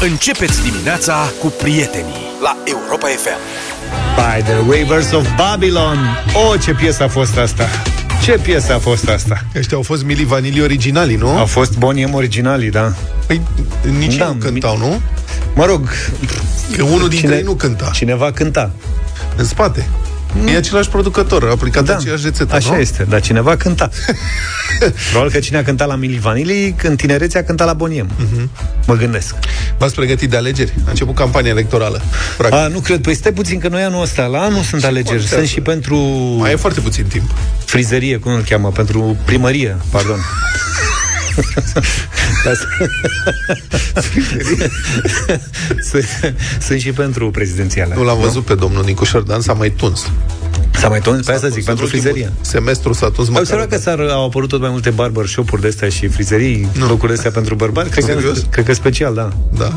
Începeți dimineața cu prietenii la Europa FM. By the Rivers of Babylon O, oh, ce piesă a fost asta! Ce piesă a fost asta? Ăștia au fost Mili Vanilli originali, nu? Au fost Boniem originalii, da. Păi nici Da, da, nu cântau, nu? Mă rog, Că unul dintre ei nu cânta. Cineva cânta. În spate. E același producător, a aplicat da. aceeași rețetă, Mm. așa nu? este, dar cineva cânta. Probabil că cine a cântat la Mili Vanilli, când tinerețea cânta la Boniem. Mhm. Mă gândesc. V-ați pregătit de alegeri? A început campania electorală. Practic. A, nu cred, păi stai puțin că noi anul ăsta, la anul sunt alegeri, contează? sunt și pentru Mai e foarte puțin timp. frizărie, cum îl cheamă, pentru primărie, pardon. Dar s- Sunt- Sunt și pentru prezidențiale. Nu l-am văzut pe domnul Nicu Șordan, s-a mai tuns. S-a mai tuns, pe asta S-a zic, tuns. pentru În ultimul frizerie. Semestru s-a tuns Ai măcar. observat că s-ar, au apărut tot mai multe barbershop-uri de astea și frizerii, nu. locuri de astea pentru bărbați? Cred că, Serios? cred că special, da. Da,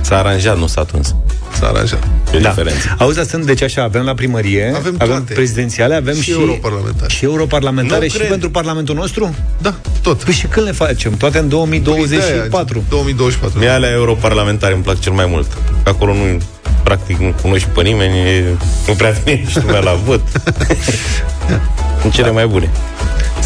S-a aranjat, nu s-a tuns. s-a aranjat. E da. diferență. Auzi, dar sunt, deci așa, avem la primărie, Avem avem toate. prezidențiale, avem și, Și europarlamentare. Și europarlamentare Nu și cred. pentru Parlamentul nostru? Da, tot. Păi și când le facem? Toate în Păi 2024. 2024. Mie alea europarlamentare îmi plac cel mai mult. Că Acolo nu practic nu cunoști pe nimeni, e- nu prea vine nici lumea la vot. Sunt cele mai bune.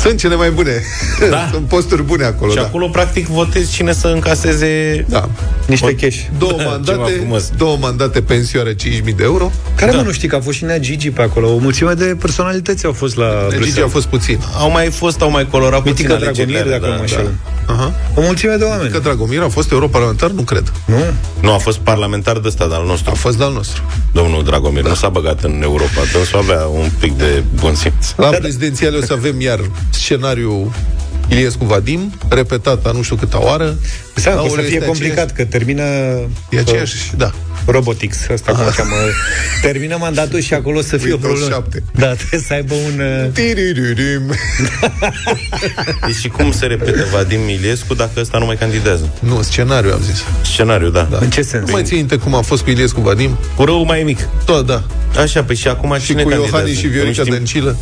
Sunt cele mai bune. Da. Sunt posturi bune acolo, Și da. acolo, practic, votezi cine să încaseze... Da. Niște cash. Două Ceva mandate, frumos. două mandate pensioare 5.000 de euro. Care da. mă nu știi că a fost și Nea Gigi pe acolo? O mulțime de personalități au fost la Gigi Bruxelles. a fost puțin. Au mai fost, au mai colorat puțin Mitică alegerile. Dragomir, alea, dacă nu mă da, înșel. da. Aha. O mulțime de oameni. Că Dragomir a fost europarlamentar? Nu cred. Nu? Nu, a fost parlamentar de ăsta, dar al A nostru, fost de-al nostru. domnul Dragomir. Nu s-a băgat în Europa, dânsul avea un pic de bun simț. La prezidențiale o să avem iar scenariu Iliescu Vadim, repetat a nu știu câta oară. Să, La o să orele fie este complicat, că termină aceeași- E aceeași, da. Robotics, asta cum o cheamă. Termină mandatul și acolo o să fie o Windows problemă. 7. Da, trebuie să aibă un... uh, Tiriririm. Deci și cum se repetă Vadim Milescu dacă ăsta nu mai candidează? Nu, scenariu am zis. Scenariu, da. da. În ce sens? Nu mai ții minte cum a fost cu Iliescu Vadim? Cu rău mai mic. Tot, da. Așa, pe și acum Și cine cu candidează? Iohannis și Viorica Nu știm. Dăncilă?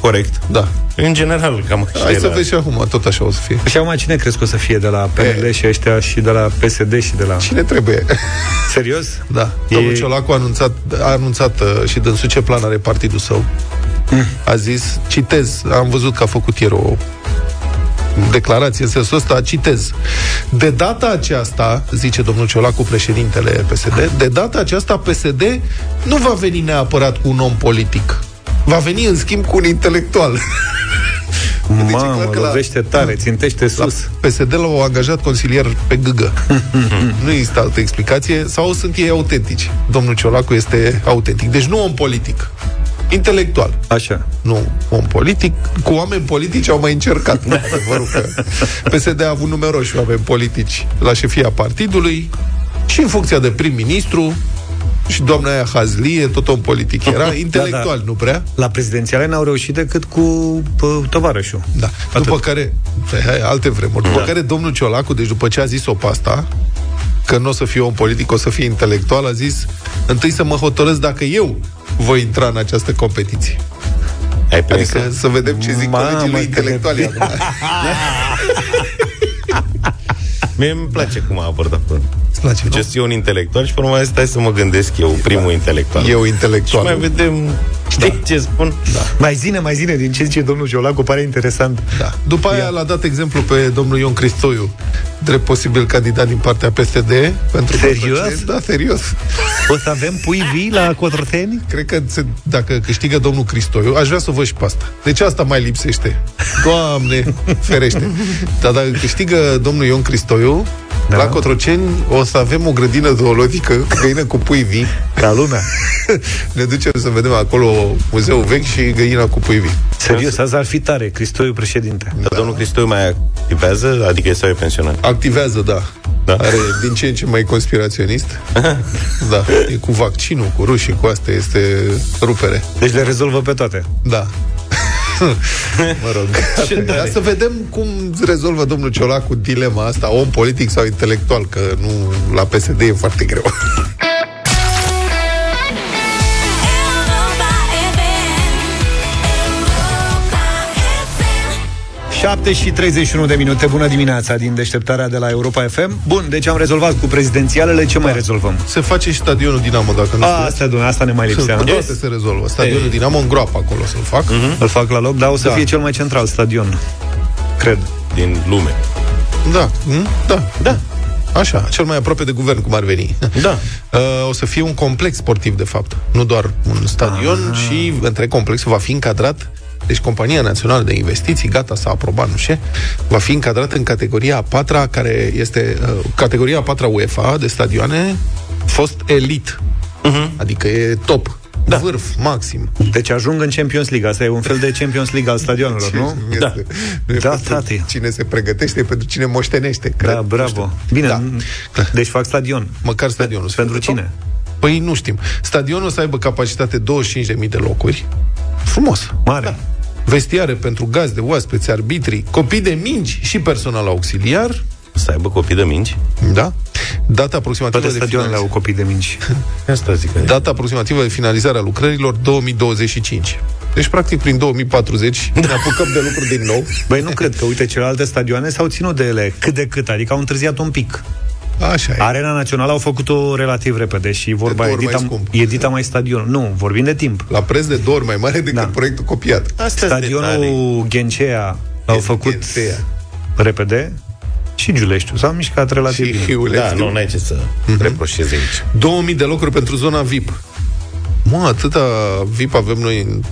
Corect. Da. În general, cam așa. Hai e să la- vezi și acum, tot așa o să fie. Și acum cine crezi că o să fie de la PNL E. și ăștia și de la PSD și de la... Cine trebuie? Serios? Da. E... Domnul Ciolacu a anunțat, a anunțat uh, și dânsul ce plan are partidul său. A zis, citez, am văzut că a făcut ieri o declarație în sensul ăsta, citez. De data aceasta, zice domnul Ciolacu, președintele PSD, de data aceasta PSD nu va veni neapărat cu un om politic. Va veni, în schimb, cu un intelectual. Deci e clar Mamă, că la- Da. lovește tare, țintește sus. PSD l-au angajat consilier pe gâgă. nu există altă explicație. Sau sunt ei autentici. Domnul Ciolacu este autentic. Deci nu om politic. Intelectual. Așa. Nu om politic. Cu oameni politici au mai încercat. nu, adevărul că PSD a avut numeroși oameni politici la șefia partidului și în funcția de prim-ministru și doamna aia Hazlie, tot om politic era, intelectual, nu prea. La prezidențiale n-au reușit decât cu pă, tovarășul. Da. După care, hai, alte vremuri, după care domnul Ciolacu, deci după ce a zis-o pe asta, că nu o să fiu om politic, o să fiu intelectual, a zis, întâi să mă hotărăsc dacă eu voi intra în această competiție. Ai prins Adică să vedem ce zic Mamă, colegii lui că intelectuali. acum. Mie îmi place cum a abordat până. Îți place, nu? Deci eu sunt un intelectual și până mai stai să mă gândesc eu, primul intelectual. Eu Și mai intelectual. vedem, știi da. ce spun? Da. Mai zine, mai zine din ce zice domnul Ciolacu, pare interesant. Da. După aia l-a dat exemplu pe domnul Ion Cristoiu, drept posibil candidat din partea PSD. Pentru Serios? Cotroceni. Da, serios. O să avem pui vii la Cotroteni? Cred că se, dacă câștigă domnul Cristoiu, aș vrea să o văd și pe asta. Deci asta mai lipsește. Doamne, ferește. Dar dacă câștigă domnul Ion Cristoiu, da. la Cotroceni o să avem o grădină zoologică cu găină cu pui vii. Ca lumea. Ne ducem să vedem acolo muzeul vechi și găina cu pui vii. Serios, asta ar fi tare, Cristoiu președinte. da. Dar domnul Cristoiu mai activează, adică e sau e pensionat. Activează, da. Da. Are din ce în ce mai conspiraționist. da. E cu vaccinul, cu rușii, cu asta este rupere. Deci le rezolvă pe toate. Da. mă rog. Dar să vedem cum rezolvă domnul Ciolacu dilema asta, om politic sau intelectual, că nu la PSD e foarte greu. 7 și 31 de minute. Bună dimineața din deșteptarea de la Europa FM. Bun, deci am rezolvat cu prezidențialele. Ce da. mai rezolvăm? Se face și stadionul Dinamo, dacă nu A, asta, domnule, asta ne mai lipsea. Sunt, toate se rezolvă. Stadionul Ei. Dinamo în groapă acolo să-l fac. Mm-hmm. Îl fac la loc, dar o să Da. fie cel mai central stadion. Cred. din lume. Da. Mm? da. Da. Așa, cel mai aproape de guvern, cum ar veni. Da. Uh, o să fie un complex sportiv, de fapt. Nu doar un Ah. stadion, și între complexul va fi încadrat deci Compania Națională de Investiții, gata, s-a aprobat, nu știu, va fi încadrat în categoria a patra, care este uh, categoria a patra UEFA de stadioane, fost elit. Mhm. Uh-huh. Adică e top, da. vârf, maxim. Deci ajung în Champions League. Asta e un fel de Champions League al stadionelor, nu? Da. Da, Este pentru tati. Cine se pregătește, e pentru cine moștenește, cred. Da, Nu bravo. știu. Bine, Da. n- deci fac stadion. Măcar stadionul. să Pentru fie cine? top. Păi nu știm. Stadionul o să aibă capacitate 25.000 de locuri. Frumos. Mare. Da. Vestiare pentru gazde, oaspeți, arbitri, copii de mingi și personal auxiliar. Să aibă copii de mingi? Da. Data aproximativă, Toate de stadionele au finalizare, copii de minci. Asta zic. Da. data aproximativă de finalizare a lucrărilor 2025. Deci, practic, prin 2040 ne apucăm de lucru din nou. Băi, nu cred că, uite, celelalte stadioane s-au ținut de ele cât de cât, adică au întârziat un pic. Așa e. Arena Națională au făcut-o relativ repede și vorba două ori mai edita, scump. edita mai stadion. Nu, vorbim de timp. La preț de două ori mai mare decât Da. proiectul copiat. Astea Stadionul... Stadionul Ghencea l-au Gen- făcut Ghencea. repede și Giuleștiu. S-au mișcat relativ Și bine. Hiulești. Da, nu, n-ai ce să Mhm. reproșezi aici. 2000 de locuri pentru zona VIP. Mă, atâta VIP avem noi în-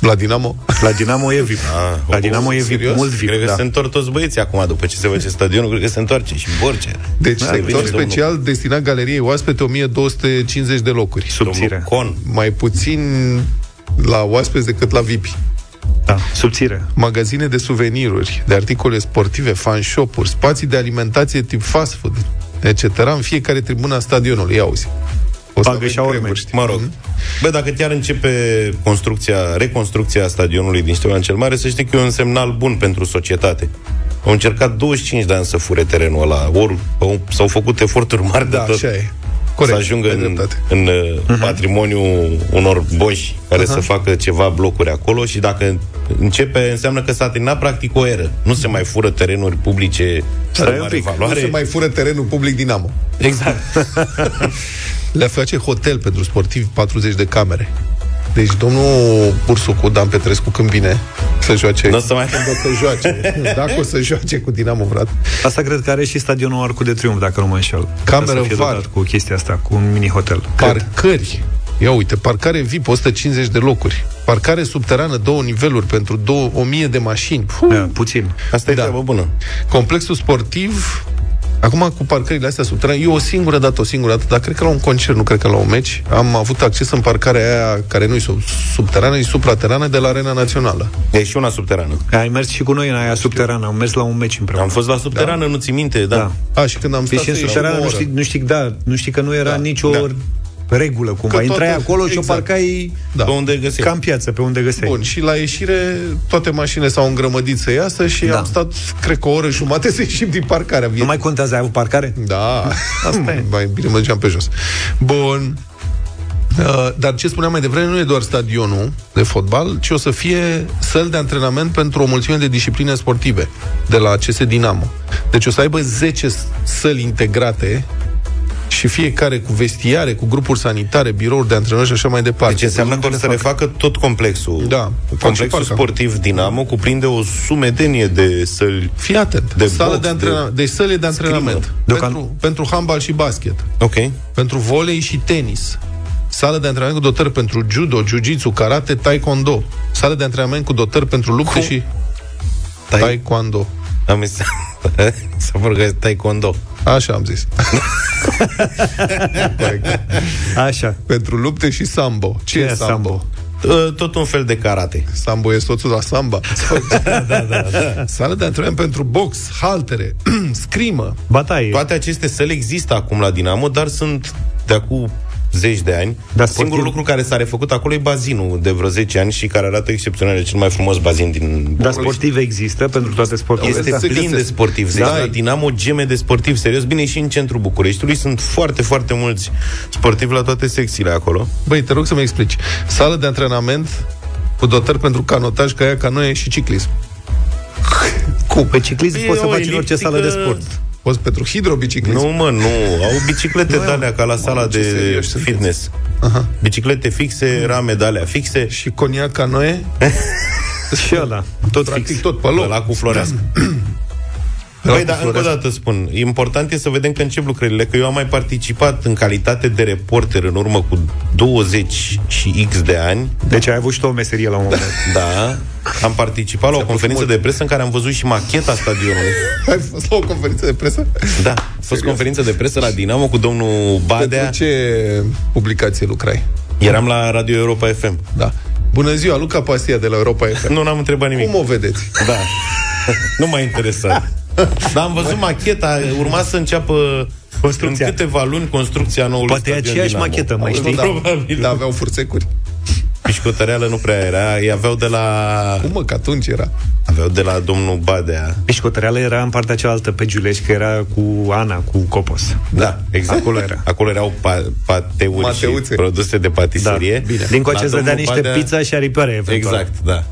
la Dinamo. La Dinamo e VIP. Ah, oh, La o, Dinamo e VIP, serios? mult VIP. cred că da. se întorc toți băieții acum după ce se face stadionul, cred că se întoarce și Borger. Deci Da, sector bine, domnul- special destinat galeriei oaspete 1250 de locuri. Subțire. Domnul Con. Mai puțin la oaspeți decât la VIP. Da, subțire. Magazine de suveniruri, de articole sportive, fan shop-uri, spații de alimentație tip fast food, etc. în fiecare tribună a stadionului. Ia auzi. O să Bagă avem și aurme. cremuri, știi? Mă rog. Mhm. Bă, dacă chiar începe construcția, reconstrucția stadionului din Ștefan cel Mare, să știi că e un semnal bun pentru societate. Au încercat 25 de ani să fure terenul ăla, ori au- s-au făcut eforturi mari Da, de tot. așa e. Corect. să ajungă ai în, dreptate. Mhm. în uh, patrimoniul unor boși care să facă ceva blocuri acolo și dacă începe, înseamnă că s-a terminat practic o eră. Nu se mai fură terenuri publice Stai de un mare pic, nu Nu se valoare. mai fură terenul public Dinamo. Exact. Le face hotel pentru sportivi 40 de camere. Deci domnul Bursucu, Dan Petrescu, când vine să joace... Nu o să mai... Când o să joace. Dacă o să joace cu Dinamo, frate. Asta cred că are și stadionul Arcul de Triunf, dacă nu mă înșel. Cameră Trebuie să fie var. dotat Cu chestia asta, cu un mini-hotel. Cred. Parcări. Ia uite, parcare VIP 150 de locuri. Parcare subterană două niveluri pentru două, 1000 de mașini. Puh. Da, puțin. Asta e Da. treabă bună. Complexul sportiv Acum, cu parcările astea subterane, eu o singură dată, o singură dată, dar cred că la un concert, nu cred că la un meci, am avut acces în parcarea aia, care nu e sub, subterană, e supraterană, de la Arena Națională. E și una subterană. Ai mers și cu noi în aia subterană, am mers la un meci împreună. Am fost la subterană, nu ți minte, da. Da. A, și când am stat Deci în să iau subterană o nu oră. știi, nu știi, da, nu știi că nu era Da, nicio da. regulă cumva. Că Intrai toate- acolo și o exact. parcai Da. Da. Pe unde găsești? ca în piață, pe unde găseai. Bun, și la ieșire toate mașinile s-au îngrămădit să iasă și Da. am stat, cred că o oră jumate să ieșim din parcarea. Nu mai contează, ai avut parcare? Da, asta e. Mai bine mergeam pe jos. Bun. Uh, Dar ce spuneam mai devreme nu e doar stadionul de fotbal, ci o să fie săl de antrenament pentru o mulțime de discipline sportive de la CS Dinamo. Deci o să aibă 10 s- săli integrate și fiecare cu vestiare, cu grupuri sanitare, birouri de antrenori și așa mai departe. Deci înseamnă că o să refacă tot complexul. Da, fac și Complexul parc acum. sportiv Dinamo cuprinde o sumedenie de săli. Fii atent. De De sală box, de antrenament. De... Deci săle de antrenament. Deocam- Pentru, pentru handbal și basket. Ok. Pentru volei și tenis. Sală de antrenament cu dotări pentru judo, jiu-jitsu, karate, taekwondo. Sală de antrenament cu dotări pentru lupte Cu- și Tai- taekwondo. Am zis să vorbesc taekwondo. Așa am zis. Corect. Așa. pentru lupte și sambo. Ce, Ce e e sambo? sambo? sambo? Uh, Tot un fel de karate. Sambo e soțul la samba. da, da, da. Sală de antrenament pentru box, haltere, scrimă. Bataie. Toate aceste săli există acum la Dinamo, dar sunt de acum zeci de ani. Dar Dar Singurul sportiv- lucru care s-a refăcut acolo e bazinul de vreo 10 ani și care arată excepțional, e cel mai frumos bazin din Dar București. sportiv există pentru toate sporturile Este astea? Se plin găsesc. de sportivi. Deci, Da. la Dinamo geme de sportivi, serios. Bine, și în centrul Bucureștiului sunt foarte, foarte mulți sportivi la toate secțiile acolo. Băi, te rog să-mi explici. Sală de antrenament cu dotări pentru canotaj, caiac, canoe și ciclism. Cum? Pe ciclism Păi E poți să o faci în orice eliptică- sală de sport. Poți pentru hidrobiciclism. Nu, mă, nu. Au biciclete de alea ca la sala ce de serioși sunteți. fitness. Biciclete fixe, rame de alea fixe. Și coniac canoe, Și ăla. Tot practic fix. tot pe loc. La cu florească. Păi, dar încă o dată spun, important e să vedem că încep lucrările, că eu am mai participat în calitate de reporter în urmă cu 20 și X de ani, Deci ai avut și tu o meserie la un moment dat. da, am participat la o conferință de presă în care am văzut și macheta stadionului. Ai fost la o conferință de presă? Da, a fost conferință de presă la Dinamo cu domnul Badea, Pentru ce publicație lucrai? eram la Radio Europa FM. Da. Bună ziua, Luca Pastia de la Europa FM. Nu n-am întrebat nimic. Cum o vedeți? Da. nu m-a interesat. Dar am văzut macheta, urma să înceapă Construcția. în câteva luni construcția noului Poate e stadion aceeași Dinamo. machetă, mai Auzi, știi? Da, Probabil. Da, Da. aveau furțecuri. Pișcotăreală nu prea era, îi aveau de la, Cum mă, că atunci era. aveau de la domnul Badea. Pișcotăreala Deci era în partea cealaltă pe Giulești, că era cu Ana, cu Copos. Da, exact. Acolo era. Acolo erau pa- pateuri Mateuțe. și produse de patiserie. Bine. Da. Din coace La îți dădea domnul niște pizza și aripioare, eventual. Exact, da.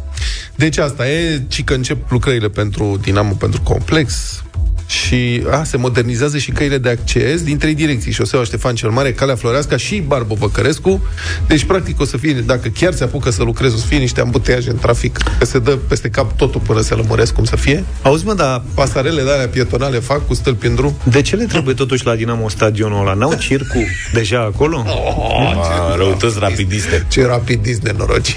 Deci asta e, ci că încep lucrările pentru Dinamo, pentru complex și a, se modernizează și căile de acces din trei direcții, șoseaua Ștefan cel Mare, Calea Floreasca și Barbu Băcărescu. Deci, practic, o să fie, dacă chiar se apucă să lucrezi, o să fie niște ambuteiaje în trafic, că se dă peste cap totul până se lămuresc cum să fie. Auzi, mă, dar Pasarele de alea pietonale fac cu stâlpi în drum. de ce le trebuie totuși la Dinamo stadionul ăla? N-au circu deja acolo? A, răutăți rapidiste. Ce rapidist de noroci.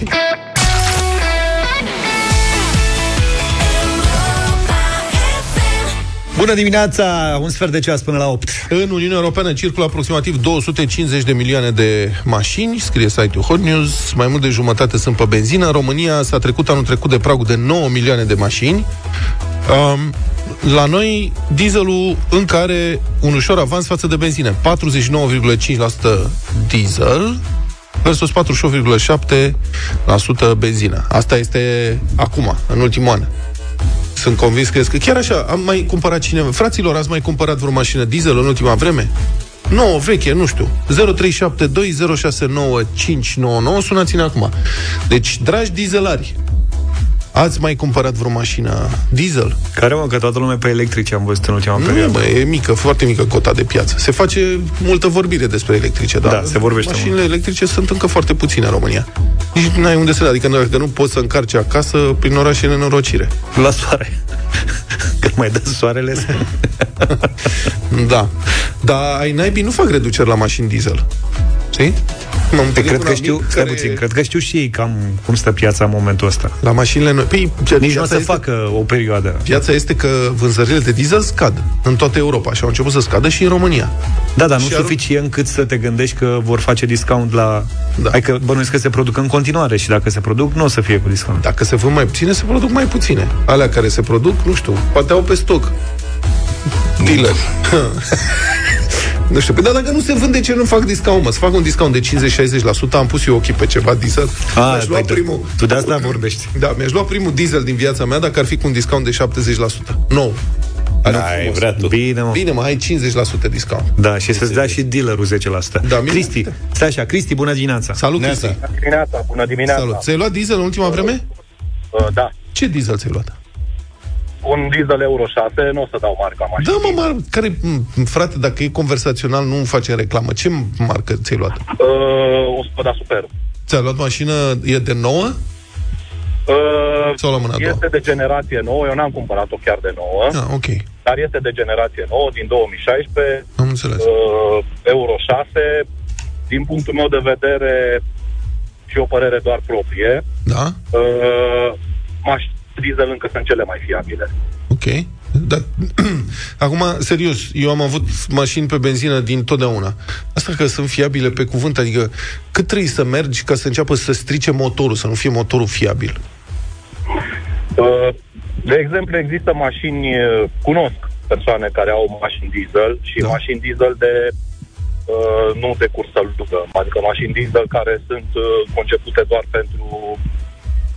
Bună dimineața! Un sfert de ceas până la 8. În Uniunea Europeană circulă aproximativ 250 de milioane de mașini, scrie site-ul Hot News. Mai mult de jumătate sunt pe benzină. În România s-a trecut anul trecut de pragul de 9 milioane de mașini. Um, la noi, dieselul încă are un ușor avans față de benzină. 49,5% diesel versus 48,7% benzină. Asta este acum, în ultimul an. Sunt convins că că chiar așa, am mai cumpărat cineva. Fraților, ați mai cumpărat vreo mașină diesel în ultima vreme? Nu, o veche, nu știu. 0372069599, sunați-ne acum. Deci, dragi dieselari, ați mai cumpărat vreo mașină diesel? Care, mă, că toată lumea pe electrice am văzut în ultima Nu, perioadă. bă, e mică, foarte mică cota de piață. Se face multă vorbire despre electrice, dar Da, se vorbește mașinile electrice sunt încă foarte puține în România. Nici nu ai unde să le, adică dacă nu poți să încarci acasă prin orașe nenorocire. La soare. Că mai dă soarele să... Da. Dar ai naibii nu fac reduceri la mașini diesel. Știi? M-am întâlnit Cred cu că un știu, amic care... puțin, cred că știu și ei cam cum stă piața în momentul ăsta. La mașinile noi... Păi, ce- Nici nu o piața să este- facă o perioadă. Piața este că vânzările de diesel scad în toată Europa și au început să scadă și în România. Da, dar nu Și arunc- suficient cât să te gândești că vor face discount la... Da. Da. Adică bănuiesc că se produc în continuare și dacă se produc, nu o să fie cu discount. Dacă se vând mai puține, se produc mai puține. Alea care se produc, nu știu, poate au pe stoc. Dealer. nu știu. Păi, dar dacă nu se vând, de ce nu fac discount, mă? Să fac un discount de 50-60%, am pus eu ochii pe ceva diesel. mi-aș lua păi tu- primul. Tu de asta vorbești. Da, mi-aș lua primul diesel din viața mea dacă ar fi cu un discount de 70%. Nou. Are Da, e vrea tu. Bine, mă. Bine, mă, ai 50% discount. Da, și să-ți dea și dealerul 10%. Da, Da, mine- Cristi, stai așa, Cristi, bună dimineața. Salut, Neața. Cristi. Bună dimineața, bună dimineața. Salut. Ți-ai luat diesel în ultima vreme? Uh, da, Ce diesel ți-ai luat? un diesel Euro 6, nu o să dau marca mașinii. Da, mă, mar... care, m, frate, dacă e conversațional, nu facem reclamă. Ce marcă ți-ai luat? Uh, o Skoda Superb. Ți-ai luat mașină, e de nouă? Uh, Sau la mâna a doua? este de generație nouă, eu n-am cumpărat-o chiar de nouă, Ah, ok, dar este de generație nouă, din 2016, am înțeles. uh, Euro 6, din punctul meu de vedere și o părere doar proprie, Da? uh, mașini diesel încă sunt cele mai fiabile. Ok. Da. Acum, serios, eu am avut mașini pe benzină din totdeauna. Asta că sunt fiabile pe cuvânt, adică cât trebuie să mergi ca să înceapă să strice motorul, să nu fie motorul fiabil? Uh, De exemplu, există mașini, uh, cunosc persoane care au mașini diesel și Da. da. mașini diesel de uh, nu de cursă lungă, adică mașini diesel care sunt uh, concepute doar pentru,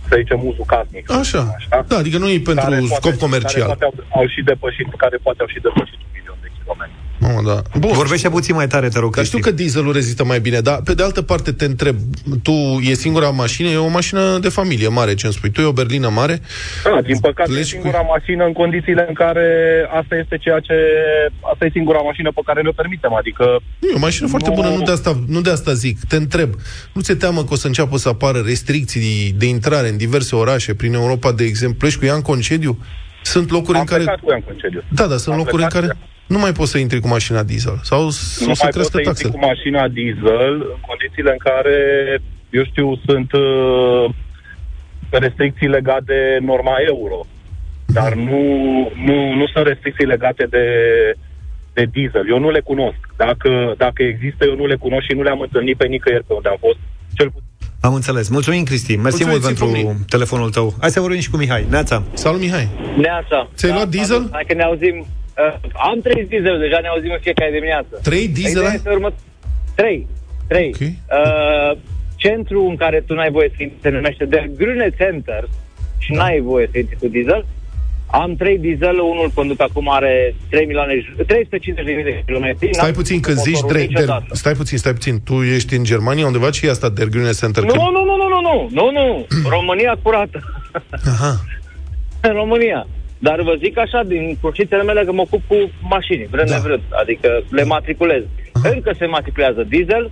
să zicem, uzul casnic. Așa. Da, adică nu e pentru Care scop poate- comercial. Care poate au, au și depășit, care poate au și depășit un milion de kilometri. Mamă, da. Bun. Vorbește puțin mai tare, te rog, Dar știu Cristi. că dieselul rezistă mai bine, dar pe de altă parte te întreb, tu e singura mașină, e o mașină de familie mare, ce îmi spui, tu e o berlină mare, Da, din păcate e Pleci cu- singura mașină în condițiile în care asta este ceea ce asta e singura mașină pe care ne-o permitem, adică nu, e o mașină foarte Nu. bună, nu de, asta, nu de asta zic, te întreb, nu ți-e teamă că o să înceapă să apară restricții de intrare în diverse orașe, prin Europa, de exemplu, ești cu ea în concediu? Sunt locuri am în care... plecat cu ea în concediu. Da, da, sunt Am locuri în plecat care nu mai poți să intri cu mașina diesel sau s- nu o să mai poți să crească intri taxele. cu mașina diesel în condițiile în care, eu știu, sunt uh, restricții legate de norma euro. Dar nu, nu, nu sunt restricții legate de, de diesel. Eu nu le cunosc. Dacă, dacă există, eu nu le cunosc și nu le-am întâlnit pe nicăieri pe unde am fost. Cel puțin. Am înțeles. Mulțumim, Cristi. Mersi mult Mulțumim pentru ție, telefonul tău. Hai să vorbim și cu Mihai. Neața. Salut, Mihai! Neața. Ți-ai luat diesel? Da, Hai că ne auzim. Uh, am trei diesel, deja ne auzim în fiecare dimineață. Păi Trei diesel Ideea ai? este urmă... Trei. Trei. Ok. Uh, centru în care tu n-ai voie să intri se numește de Grüne Center Da. și n-ai voie să intri cu diesel. Am trei diesel, unul conduc acum are 3 milioane, j- 350 de mii de kilometri. Stai N-am puțin, când făcut zici motorul dre- der, niciodată. stai puțin, stai puțin, tu ești în Germania undeva, ce e asta, Der Grüne Center? Nu, nu, nu, nu, nu, nu, nu, nu, România curată. Aha. în România. Dar vă zic așa, din cunoștințele mele, că mă ocup cu mașini, vrând Da. da. nevrând, adică le matriculez. Aha. Încă se matriculează diesel,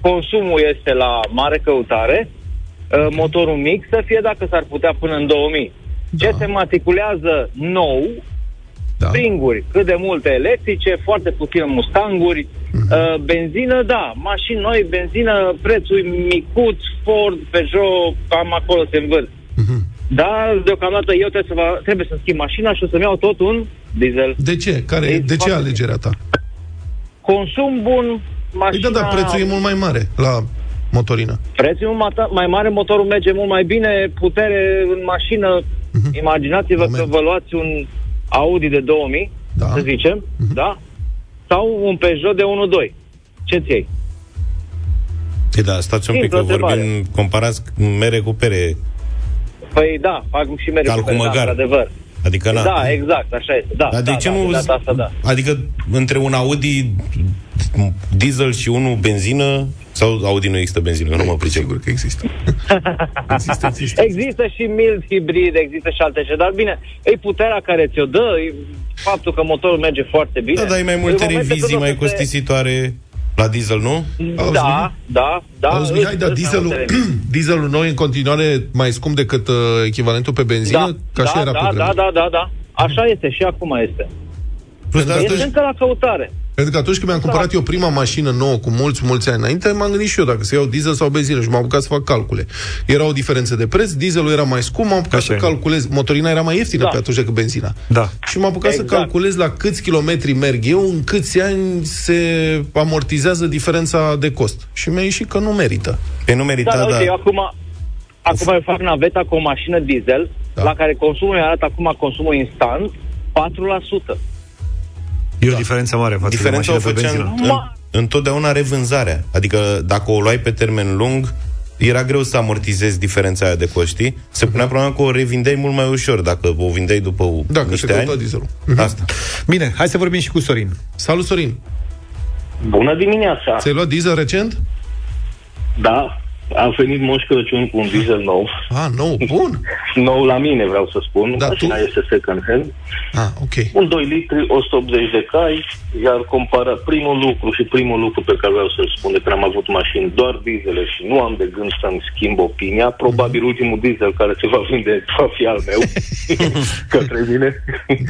consumul este la mare căutare, uh, motorul mic să fie dacă s-ar putea până în 2000. Ce se matriculează nou, Da. springuri, cât de multe electrice, foarte puține mustanguri, Mhm. uh, benzină, da, mașini noi, benzină, prețul micuț, Ford, Peugeot, cam acolo se învârt. Mhm. Dar deocamdată eu trebuie să, va, trebuie să schimb mașina și o să-mi iau tot un diesel. De ce? Care, Ei, de ce foarte alegerea ta? Consum bun, Păi mașina... da, da, prețul e mult mai mare la motorină. prețul e mult mai ta- mai mare, motorul merge mult mai bine, putere în mașină. Mhm. Imaginați-vă Moment. că vă luați un Audi de 2000, Da. să zicem, Mhm. da? Sau un Peugeot de 1.2. Ce-ți iei? E, da, stați un pic, Simplă că vorbim, întrebare. comparați mere cu pere. Păi da, fac și mereu Cal cu pe- da, măgar. într-adevăr. Adică, na. Da, exact, așa este. Da, Dar de da, ce da, nu... de data asta, da. Adică între un Audi diesel și unul benzină, sau Audi nu există benzină, că nu mă pricep. Sigur că există. există, există. Există și mild hibrid, există și alte ce, dar bine, e puterea care ți-o dă, e faptul că motorul merge foarte bine. Da, dar e mai În multe momente revizii când o să mai te- costisitoare la diesel, nu? Auzi, Da, da, da. Auzi, Mihai, dar dieselul, dieselul nou e în continuare mai scump decât uh, echivalentul pe benzină? da, Ca da, și era da, pe vremuri. da, da, da, da. Așa este și acum este. Plus, dar Este atunci, încă la căutare. Pentru că atunci când mi-am cumpărat eu prima mașină nouă cu mulți, mulți ani înainte, m-am gândit și eu dacă să iau diesel sau benzină și m-am apucat să fac calcule. Era o diferență de preț, dieselul era mai scump, m-am apucat Așa să e. calculez. Motorina era mai ieftină Da. pe atunci decât benzina. Da. Și m-am apucat Exact. să calculez la câți kilometri merg eu, în câți ani se amortizează diferența de cost. Și mi-a ieșit că nu merită. Pe nu merita, Da, da, da. uite, eu acum, acum eu fac naveta cu o mașină diesel, da. Da. la care consumul, îi arată acum consumul instant, 4%. E Da. o diferență mare față Diferența o de mașină pe făcea benzină. în, în, Ma- întotdeauna revânzarea. Adică dacă o luai pe termen lung, era greu să amortizezi diferența aia de cost, știi? Se punea problema că o revindeai mult mai ușor dacă o vindeai după Mhm. Da, că se niște ani. căuta Mhm. dieselul. Asta. Bine, hai să vorbim și cu Sorin. Salut, Sorin! Bună dimineața! Ți-ai luat diesel recent? Da, am venit Moș Crăciun cu un diesel nou. Ah, nou, bun! Nou la mine, vreau să spun. Da, Da, Mașina tu? tu? este second hand. Ah, ok. Un 2 litri, 180 de cai, iar compara primul lucru și primul lucru pe care vreau să-l spun de când am avut mașini doar diesele și nu am de gând să-mi schimb opinia, probabil ultimul diesel care se va vinde va fi al meu către mine.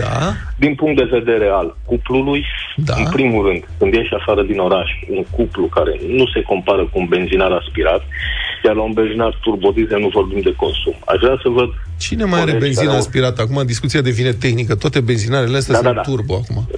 Da? Din punct de vedere al cuplului, Da. da. în primul rând, când ieși afară din oraș, un cuplu care nu se compară cu un benzinar aspirat, iar la un benzinar turbodizel nu vorbim de consum. Aș vrea să văd... Cine mai are colegi benzină care au- aspirată? Acum discuția devine tehnică. Toate benzinarele astea Da, sunt da, da. turbo acum.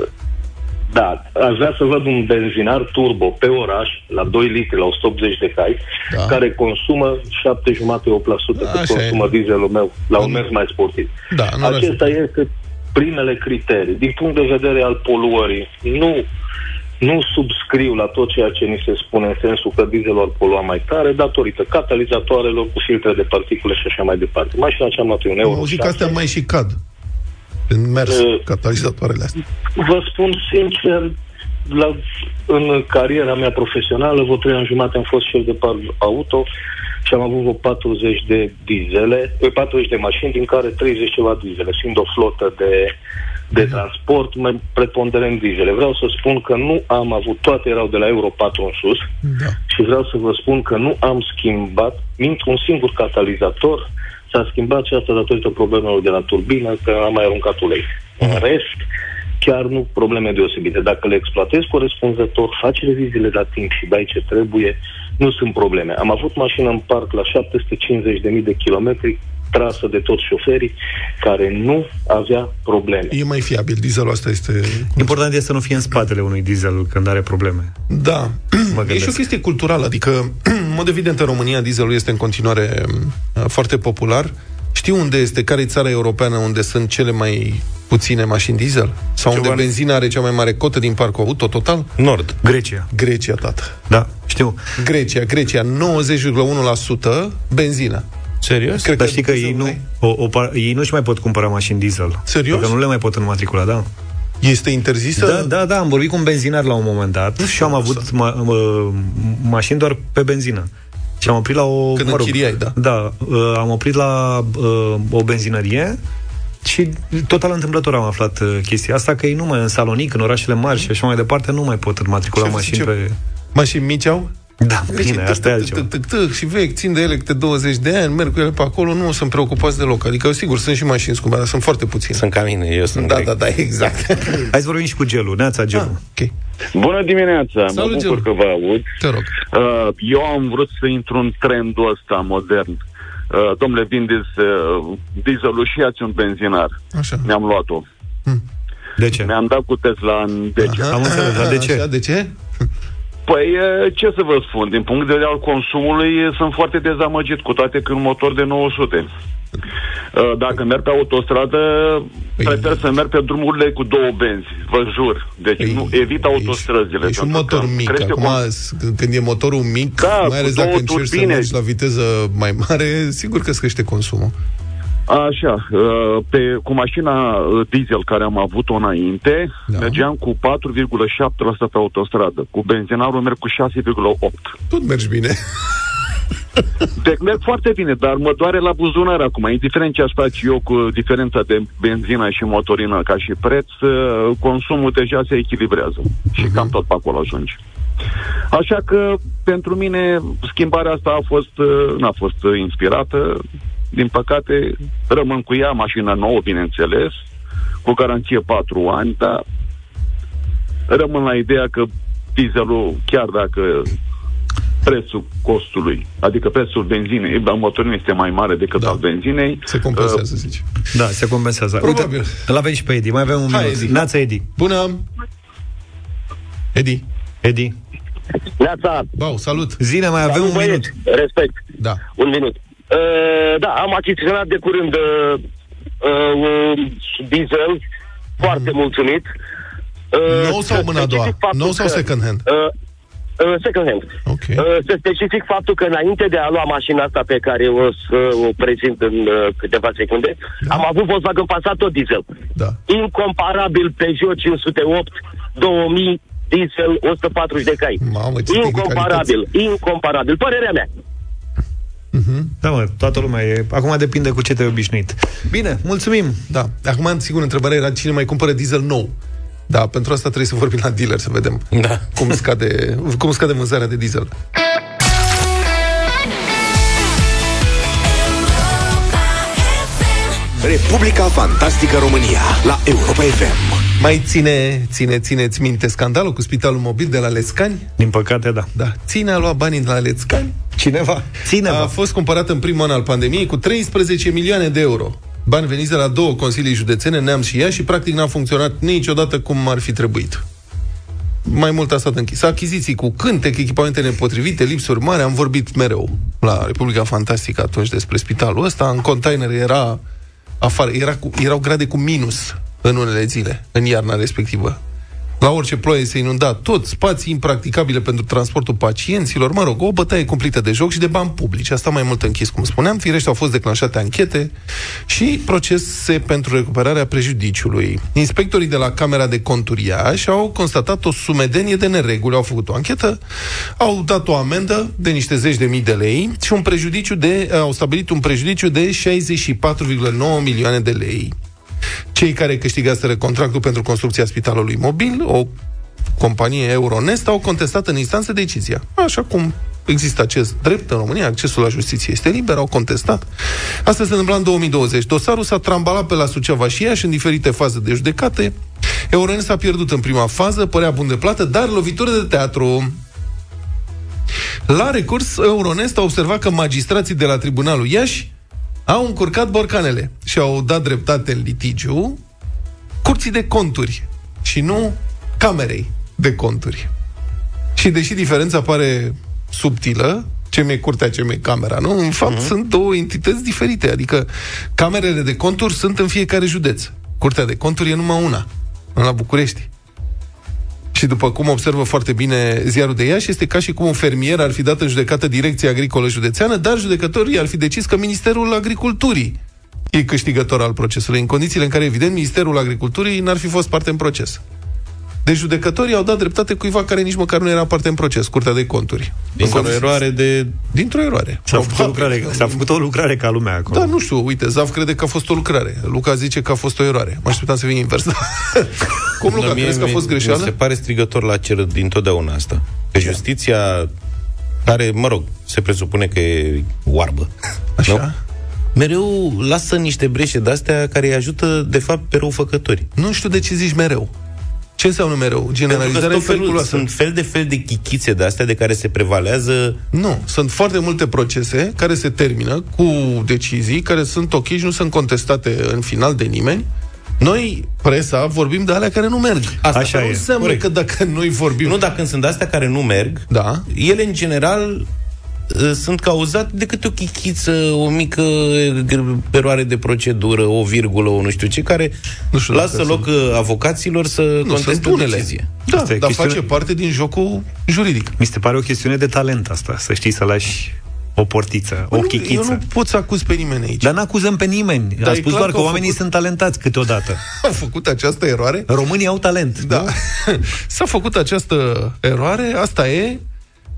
Da, aș vrea să văd un benzinar turbo pe oraș, la 2 litri, la 180 de cai, Da. da. care consumă 7,5-8% Așa cât e. consumă dieselul meu la un Nu- mers mai sportiv. Da, în oraș. Acesta este primele criterii. Din punct de vedere al poluării, nu, nu subscriu la tot ceea ce ni se spune în sensul că dieselul ar polua mai tare datorită catalizatoarelor cu filtre de particule și așa mai departe. Mașina ce am luat eu, un Am euro. auzit că șase. astea mai și cad. În mers, Uh, catalizatoarele astea. Vă spun sincer, la, în cariera mea profesională, vreo trei ani jumate am fost șef de par auto și am avut vreo 40 de dizele, eh, 40 de mașini, din care 30 ceva dizele, fiind o flotă de, de transport, mai preponderent dizele. Vreau să spun că nu am avut, toate erau de la Euro 4 în sus, Da. și vreau să vă spun că nu am schimbat niciun singur catalizator. S-a schimbat și asta datorită problemelor de la turbină, că am mai aruncat ulei. În rest, chiar nu probleme deosebite. Dacă le exploatezi corespunzător, faci reviziile la timp și dai ce trebuie, nu sunt probleme. Am avut mașină în parc la 750.000 de kilometri, trasă de toți șoferii, care nu avea probleme. E mai fiabil, dieselul asta este... Important este să nu fie în spatele unui diesel când are probleme. Da, e gândesc. și o chestie culturală, adică, în mod evident, în România dieselul este în continuare uh, foarte popular. Știi unde este, care e țara europeană unde sunt cele mai puține mașini diesel? Sau Ceva unde în- benzina are cea mai mare cotă din parcul auto total? Nord. Grecia. Grecia, tată. Da, știu. Grecia, Grecia, 90,1% benzină. Serios? Cred Dar știi că ei dieselul nu, o, o, par- ei nu-și mai pot cumpăra mașini diesel. Serios? Că nu le mai pot înmatricula, da. Este interzisă? Da, da, da, am vorbit cu un benzinar la un moment dat și am avut ma- mă, mașini doar pe benzină. Și am oprit la o... Când închiriai, da. Da, uh, am oprit la uh, o benzinărie și total întâmplător am aflat uh, chestia asta, că ei nu mai în Salonic, în orașele mari și așa mai departe, nu mai pot înmatricula Ce- mașini ce- pe... Mașini mici au? Da, bine, Deci, asta e tâc, altceva. tâc, tâc, tâc, Și vechi, țin de ele câte 20 de ani, merg cu ele pe acolo, nu sunt preocupați deloc. Adică, sigur, sunt și mașini scumpe, dar sunt foarte puține. Sunt ca mine, eu sunt Da, grec. da, da, exact. Hai să vorbim și cu gelul, Neața, Ah, gelul. ok, Bună dimineața, Salut, mă Gelu. bucur că vă aud. te rog. Uh, Eu am vrut să intru în trendul ăsta modern. Uh, Domnule, vindeți uh, dieselul și iați un benzinar. Așa. Mi-am luat-o. De ce? Mi-am dat cu Tesla în 10. Am înțeles, dar de ce? Așa, de ce? Păi, uh, ce să vă spun, din punct de vedere al consumului, uh, sunt foarte dezamăgit, cu toate că e un motor de 900. Uh, Dacă merg pe autostradă, Păi- prefer să merg pe drumurile cu două benzi, vă jur. Deci nu, evit autostrăzile. Păi, Ești un pentru că motor mic. crește Acum, con- s- când- când e motorul mic, Da, mai ales cu dacă două încerci să turbine. mergi la viteză mai mare, sigur că îți crește consumul. Așa, uh, pe, cu mașina uh, diesel care am avut-o înainte, Da. da. mergeam cu 4,7% pe autostradă. Cu benzinarul merg cu 6,8%. Tot mergi bine. Deci merg foarte bine, dar mă doare la buzunar acum. Indiferent ce aș face eu cu diferența de benzină și motorină ca și preț, uh, consumul deja se echilibrează. Și cam tot pe acolo ajunge. Așa că, pentru mine, schimbarea asta a fost, uh, n-a fost uh, inspirată. Din păcate, rămân cu ea, mașina nouă, bineînțeles, cu garanție 4 ani, dar rămân la ideea că dieselul, chiar dacă prețul costului, adică prețul benzinei, a motorinei este mai mare decât Da. da. al benzinei, uh, Se compensează, zici. Da, se compensează. Probabil. Uite, îl avem și pe Edi, mai avem un Hai, minut. Edi. Neața, Edi. Bună! Edi. Edi, Neața, Bau, salut! zine, mai avem un minut. respect, Da. un minut. Uh, da, am achiziționat de curând uh, uh, un diesel, foarte mulțumit. Uh, Mhm. Nou sau să mâna a specific doua? faptul Nou sau că- second hand? Uh, uh, second hand. Ok. Uh, să specific faptul că înainte de a lua mașina asta pe care o să o prezint în uh, câteva secunde, Da. am avut Volkswagen Passat tot diesel. Da. Incomparabil Peugeot 508 2000 diesel 140 de cai. Mamă, ce incomparabil, incomparabil. Părerea mea. Da, mă, toată lumea e... Acum depinde cu ce te-ai obișnuit. Bine, mulțumim! Da. Acum, sigur, întrebarea era cine mai cumpără diesel nou. Da, pentru asta trebuie să vorbim la dealer, să vedem Da. cum scade, cum scade vânzarea de diesel. Republica Fantastică România la Europa FM. Mai ține, ține, țineți minte scandalul cu spitalul mobil de la Lescani? Din păcate, da. Da. Ține a luat banii de la Lescani? Cineva? Cineva. A fost cumpărat în primul an al pandemiei cu 13 milioane de euro. Bani veniți de la două consilii județene, Neam și Iași, și practic n-a funcționat niciodată cum ar fi trebuit. Mai mult a stat închis. Achiziții cu cântec, echipamente nepotrivite, lipsuri mari, am vorbit mereu la Republica Fantastică atunci despre spitalul ăsta. În container era afară, era cu, erau grade cu minus în unele zile, în iarna respectivă. La orice ploaie se inunda tot, spații impracticabile pentru transportul pacienților, mă rog, o bătaie cumplită de joc și de bani publici. Asta mai mult închis, cum spuneam. Firește au fost declanșate anchete și procese pentru recuperarea prejudiciului. Inspectorii de la Camera de Conturi Iași au constatat o sumedenie de nereguli, au făcut o anchetă, au dat o amendă de niște zeci de mii de lei și un prejudiciu de, au stabilit un prejudiciu de 64,9 milioane de lei cei care câștigaseră contractul pentru construcția spitalului mobil, o companie Euronest, au contestat în instanță decizia. Așa cum există acest drept în România, accesul la justiție este liber, au contestat. Asta se întâmpla în 2020. Dosarul s-a trambalat pe la Suceava și Iași în diferite faze de judecate. Euronest a pierdut în prima fază, părea bun de plată, dar lovitură de teatru. La recurs, Euronest a observat că magistrații de la Tribunalul Iași au încurcat borcanele și au dat dreptate în litigiu curții de conturi și nu camerei de conturi. Și deși diferența pare subtilă, ce mi-e curtea, ce mi-e camera, nu? În fapt, uh-huh. sunt două entități diferite, adică camerele de conturi sunt în fiecare județ. Curtea de conturi e numai una, la București. Și după cum observă foarte bine ziarul de Iași, este ca și cum un fermier ar fi dat în judecată direcția agricolă județeană, dar judecătorii ar fi decis că Ministerul Agriculturii e câștigător al procesului, în condițiile în care, evident, Ministerul Agriculturii n-ar fi fost parte în proces. Deci judecătorii au dat dreptate cuiva care nici măcar nu era parte în proces, Curtea de Conturi. Dintr-o În condiții- eroare de... Dintr-o eroare. S-a făcut, o lucrare, s-a făcut o lucrare ca lumea acolo. Da, nu știu, uite, Zav crede că a fost o lucrare. Luca zice că a fost o eroare. Mă așteptam să fie invers. da. Cum, Luca, Dar Da, mie crezi că a mi- fost Mi se greșeală? pare strigător la cer din totdeauna asta. Că justiția, care, mă rog, se presupune că e oarbă. Așa. Mereu lasă niște breșe de-astea care îi ajută, de fapt, pe răufăcători. Nu știu de ce zici mereu. Ce înseamnă mereu? Pentru că Generalizarea e tot felul, periculoasă. sunt fel de fel de chichițe de-astea de care se prevalează Nu, sunt foarte multe procese care se termină cu decizii care sunt ok și nu sunt contestate în final de nimeni. Noi, presa, vorbim de alea care nu merg. Asta Așa nu e, înseamnă corect. că dacă noi vorbim... Nu, dar când sunt astea care nu merg, Da. ele în general uh, sunt cauzate de câte o chichiță, o mică uh, eroare de procedură, o virgulă, o nu știu ce, care Nu nu știu știu dacă lasă sunt. loc uh, avocaților să nu sunt conteste o unele. decizie. Da, Asta e dar chestiune- face parte din jocul juridic. Mi se pare o chestiune de talent asta, să știi să lași o portiță, o Păi Nu, eu nu chichiță. Da. pot să acuz pe nimeni aici. Dar n-acuzăm pe nimeni. Dar Dar e a spus clar doar că că, au oamenii făcut- sunt talentați câteodată. Au făcut această eroare Românii au talent. Da. Nu? S-a făcut această eroare, asta e.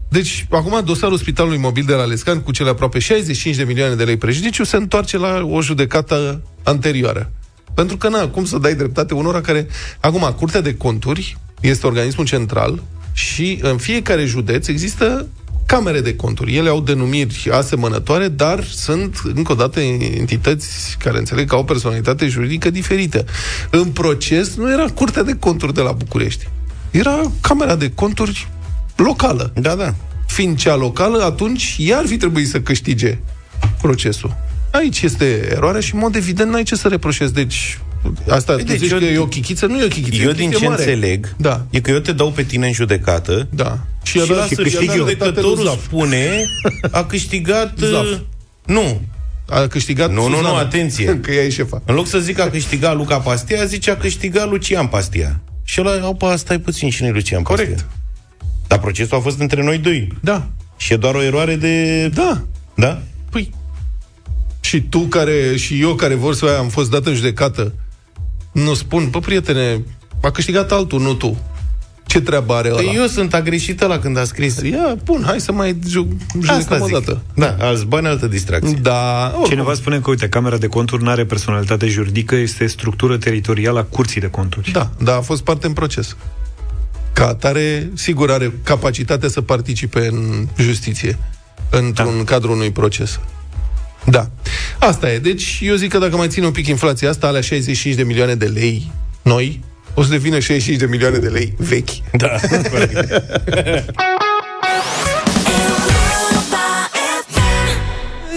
Deci, acum dosarul Spitalului Mobil de la Lescan cu cele aproape 65 de milioane de lei prejudiciu se întoarce la o judecată anterioară. Pentru că, na, cum să dai dreptate unora care... Acum, Curtea de Conturi este organismul central și în fiecare județ există camere de conturi. Ele au denumiri asemănătoare, dar sunt, încă o dată, entități care înțeleg că au personalitate juridică diferită. În proces nu era Curtea de Conturi de la București. Era Camera de Conturi locală. Da, da. Fiind cea locală, atunci ea ar fi trebuit să câștige procesul. Aici este eroarea și, în mod evident, n-ai ce să reproșezi. Deci, asta, tu deci zici eu- că e o chichiță? Nu e o chichiță. Eu e din chestie ce mare. înțeleg, Da. e că eu te dau pe tine în judecată Da. și, și lasă și judecătorul Zaf. spune a câștigat... uh, Zaf. Nu, A câștigat Nu, nu, nu, Suzana. atenție. Că ea e șefa. În loc să zic a câștigat Luca Pastia, zice a câștigat Lucian Pastia. Și ăla, opa, stai puțin și nu Lucian Corect. Pastia. Dar procesul a fost între noi doi. Da. Și e doar o eroare de... Da. Da? Păi. Și tu care, și eu care vor să am fost dat în judecată, nu spun, bă, prietene, a câștigat altul, nu tu. Ce treabă are ăla? Păi eu sunt agreșită la când a scris. Ia, bun, hai să mai ju- judecăm o dată. Da, alți bani, altă distracție. Da, oricum, Cineva spune că, uite, Camera de Conturi nu are personalitate juridică, este structură teritorială a Curții de Conturi. da, da, a fost parte în proces. Ca atare, sigur, are capacitatea să participe în justiție, într-un da. cadru unui proces. Da. Asta e. Deci, eu zic că dacă mai ține un pic inflația asta, alea 65 de milioane de lei noi, o să devină 65 de milioane de lei vechi. Da, corect.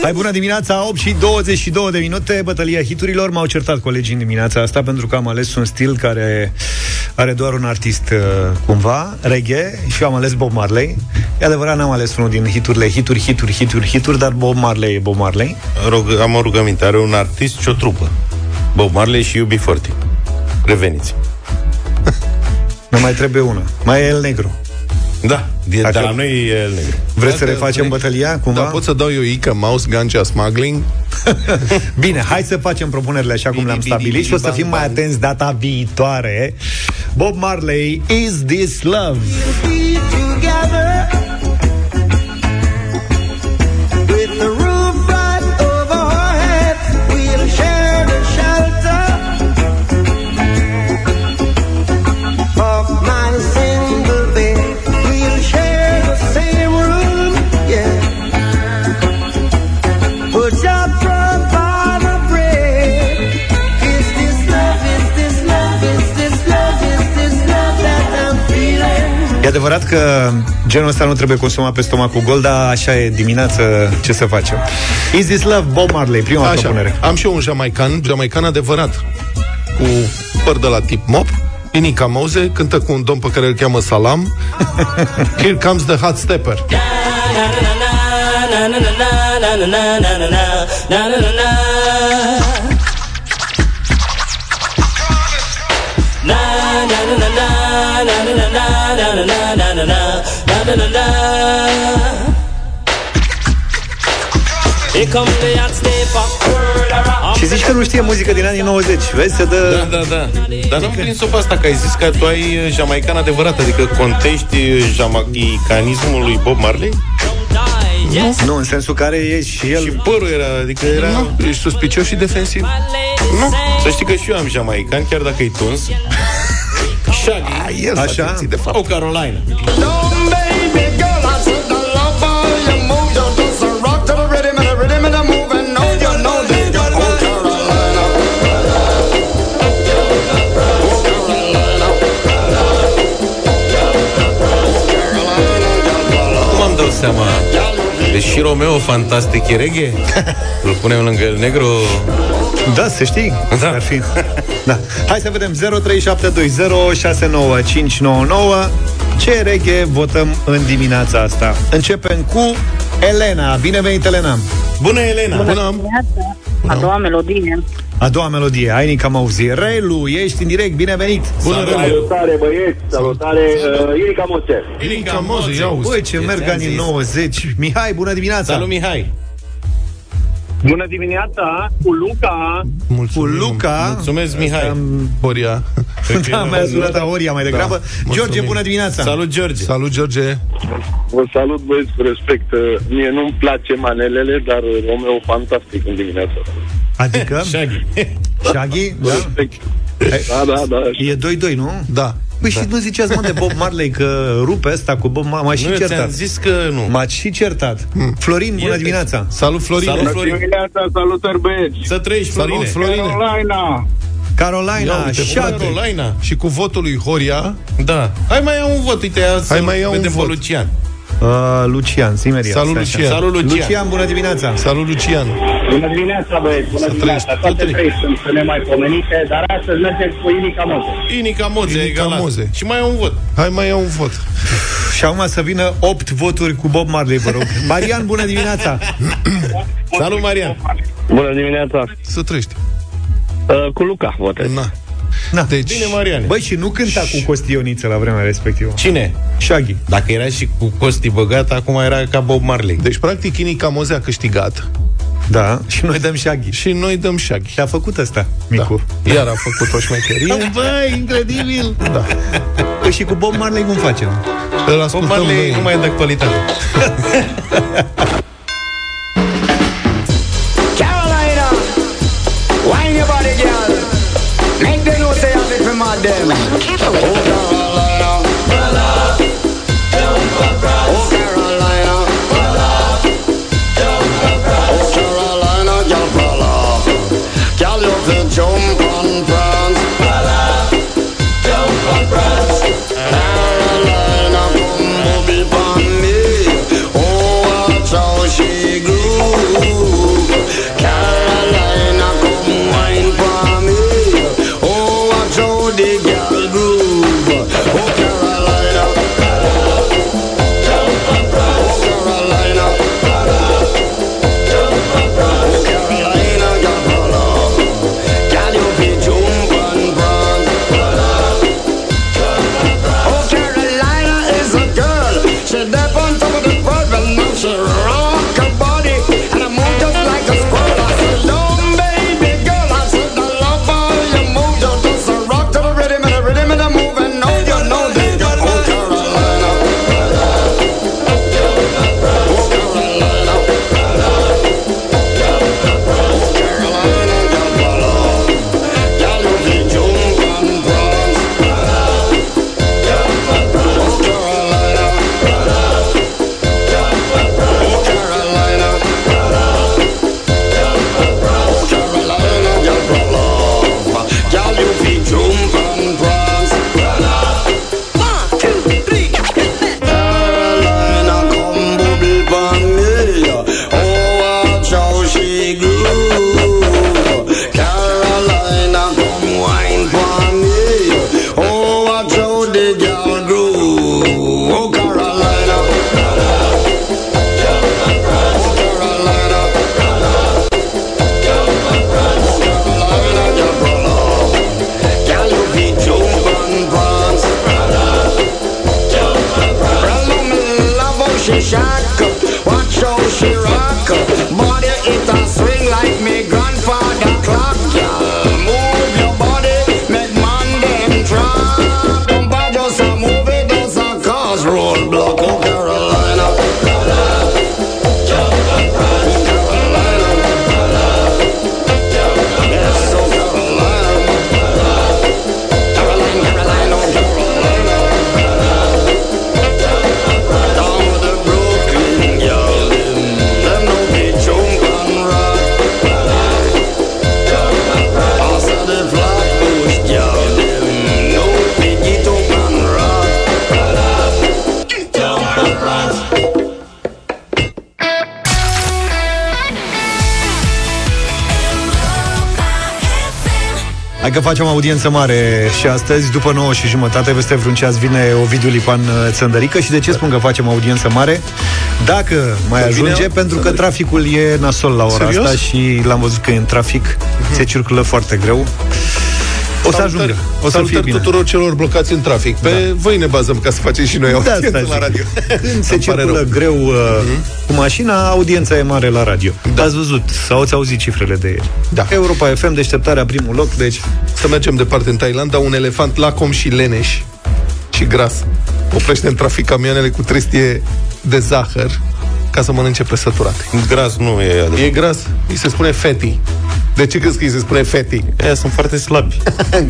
Hai, bună dimineața, 8 și 22 de minute, bătălia hiturilor. M-au certat colegii în dimineața asta pentru că am ales un stil care are doar un artist uh, cumva, reggae, și eu am ales Bob Marley. E adevărat, n-am ales unul din hiturile, hituri, hituri, hituri, hituri, dar Bob Marley e Bob Marley. Rog, am o rugăminte. Are un artist și o trupă. Bob Marley și Iubi Forti. Reveniți. Ne mai trebuie una. Mai e el negru. Da, de, Așa. de la noi e el negru. Vreți să Dacă refacem vrei. bătălia cumva? Dar Da, pot să dau eu Ica, Mouse, Ganja, Smuggling? Bine, hai să facem propunerile așa cum Bidi, le-am bidi, stabilit bidi, și o să bang, fim mai bang. atenți data viitoare. Bob Marley, Is This Love? E adevărat că genul ăsta nu trebuie consumat pe stomacul gol, dar așa e dimineață, ce să facem? Is This Love, Bob Marley, prima Așa. Așa, propunere. am și eu un jamaican, jamaican adevărat, cu păr de la tip mop, Inica Mouse cântă cu un domn pe care îl cheamă Salam Here comes the hot stepper Și zici că nu știe muzică din anii 90, vezi, se dă... Da, da, da. Dar n-am prins-o pe asta, că ai zis că tu ai eh, jamaican adevărat, adică contești eh, jamaicanismul lui Bob Marley? Nu, în sensul care e și el... Și părul era, adică era... Nu, ești suspicios și defensiv Nu, să știi că și eu am jamaican, chiar dacă e tuns. Shaggy, El s-a Așa? simțit, de fapt o Carolina. Cum am dau seama? Deci și Romeo fantastic e reghe? Îl punem lângă el negru? Da, să știi. Da. Ar fi. da. Hai să vedem 0372069599 ce reghe votăm în dimineața asta. Începem cu Elena. Bine venit, Elena. Bună, Elena! Bună, A doua melodie. A doua melodie, ai nică am auzit. Relu, ești în direct, bine venit. Bună, Relu! Salutare, băieți, salutare, uh, Irica Moțe. Inica Mouse, ia auzi Băi, ce merg ți-am anii zis. 90. Mihai, bună dimineața. Salut, Mihai! Bună dimineața, cu Luca. Cu Mulțumim, Luca. Mulțumesc, Mihai! Am- Horia Cred că Da, e mi-a rău. sunat Horia mai degrabă. George, mulțumim. bună dimineața. Da. Salut, George! Salut, George Vă salut, băieți, respect. Uh, Mie nu-mi place manelele, dar uh, Romeo fantastic în dimineața. asta. Adică, Shaggy! Shaggy, da? Respect. Da, da, da. E 2-2, nu? Da, Păi și nu ziceați, mă, de Bob Marley că rupe asta cu Bob Marley. M-a și Nu, eu ți-am certat. zis Hmm. că nu. M-a și certat. Florin, bună Iete. dimineața. salut, Florine Salut, Bună Florin! dimineața, salutări, băieți. Să trăiești, Florine! Salut, Florine Carolina. Carolina, Ia uite, Shaggy. Carolina! Și cu votul lui Horia Da. Hai mai ia un vot, uite, ia să mai ia un vedem pe vot. Lucian. Uh, Lucian, zi imediat. Salut, stai așa. Lucian. Salut, Lucian. Lucian, bună dimineața. Salut, Lucian Da, Bună dimineața, băieți, bună Să dimineața. trăiești, Toate să trăiești. trei sunt nemaipomenite, dar astăzi mergem cu Irica Moțe. Inica Moze, Inica egalat. Moze. Și mai e un vot. Hai mai ia un vot Și acum să vină 8 voturi cu Bob Marley, vă rog. Marian, bună dimineața. Salut, Marian! Bună dimineața, Să trăiești uh, cu Luca votez. Na. Na. Deci, Bine, Marian! Băi, și nu cânta cu costioniță la vremea respectivă. Cine? Shaggy. Dacă era și cu Costi Băgat, acum era ca Bob Marley. deci, practic, Inica Moze a câștigat Da. Și noi dăm Shaggy. și noi dăm șaghi. Și a făcut asta, micu. Da. Iar a făcut o șmecherie. Băi, incredibil! da. Păi și cu Bob Marley cum facem? Îl Bob ascultăm Marley noi. nu mai e de actualitate. Carolina, wine your body, girl. Make them know say I'm it for my them. Oh, Carolina. Oh, Carolina. Oh, Carolina, girl, fella. Girl, you can jump and prance. Carolina, come boogie for me. Oh, watch how she groove. Carolina, come wine for me. Oh, watch how the girl groove. she rock. Body it a swing like me grandfather clock. Move your body, make man them drop. Don't bother just a move it, just a cause roadblock. Oh Carolina, Hai că facem audiență mare și astăzi, după 9 și jumătate, peste vreun ceas vine Ovidiu Lipan uh, Țăndărică și de ce spun că facem audiență mare? Dacă mai Vine ajunge, Țăndărică. pentru că traficul e nasol la ora Serios? asta și l-am văzut că e în trafic, se circulă foarte greu. O să ajungă, o să fie Salutări bine. Da. tuturor celor blocați în trafic. Pe voi ne bazăm ca să facem și noi De audiență asta la Da, zic. radio. Când se Îmi pare circulă rău. Mhm. greu uh, cu mașina, audiența e mare la radio. Ați văzut sau ați auzit cifrele de ieri. Da. Europa FM, deșteptarea primul loc, deci Să mergem departe în Thailanda, un elefant lacom și leneș și gras oprește în trafic camioanele cu trestie de zahăr ca să mănânce pe săturate. Gras nu e adevărat. E gras, îi se spune feti. De ce crezi că îi se spune feti? Aia sunt foarte slabi,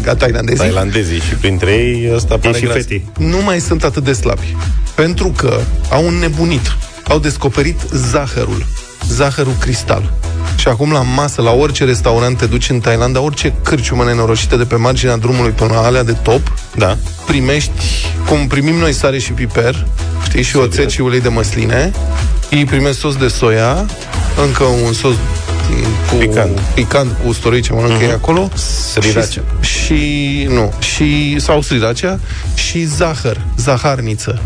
Ca tailandezii. tailandezii, și printre ei ăsta pare și Păi gras. fetii. nu mai sunt atât de slabi. Pentru că au înnebunit. Au descoperit zahărul. Zahărul cristal. Și acum la masă, la orice restaurant te duci în Thailanda, orice cârciumă nenorocită de pe marginea drumului până la alea de top, Da. primești, cum primim noi sare și piper, știi, și oțet și ulei de măsline, ei primesc sos de soia, încă un sos cu Picant. picant cu usturoi ce mănâncă ei acolo. Sriracha. Și, și, nu, și, sau sriracha și zahăr, zaharniță.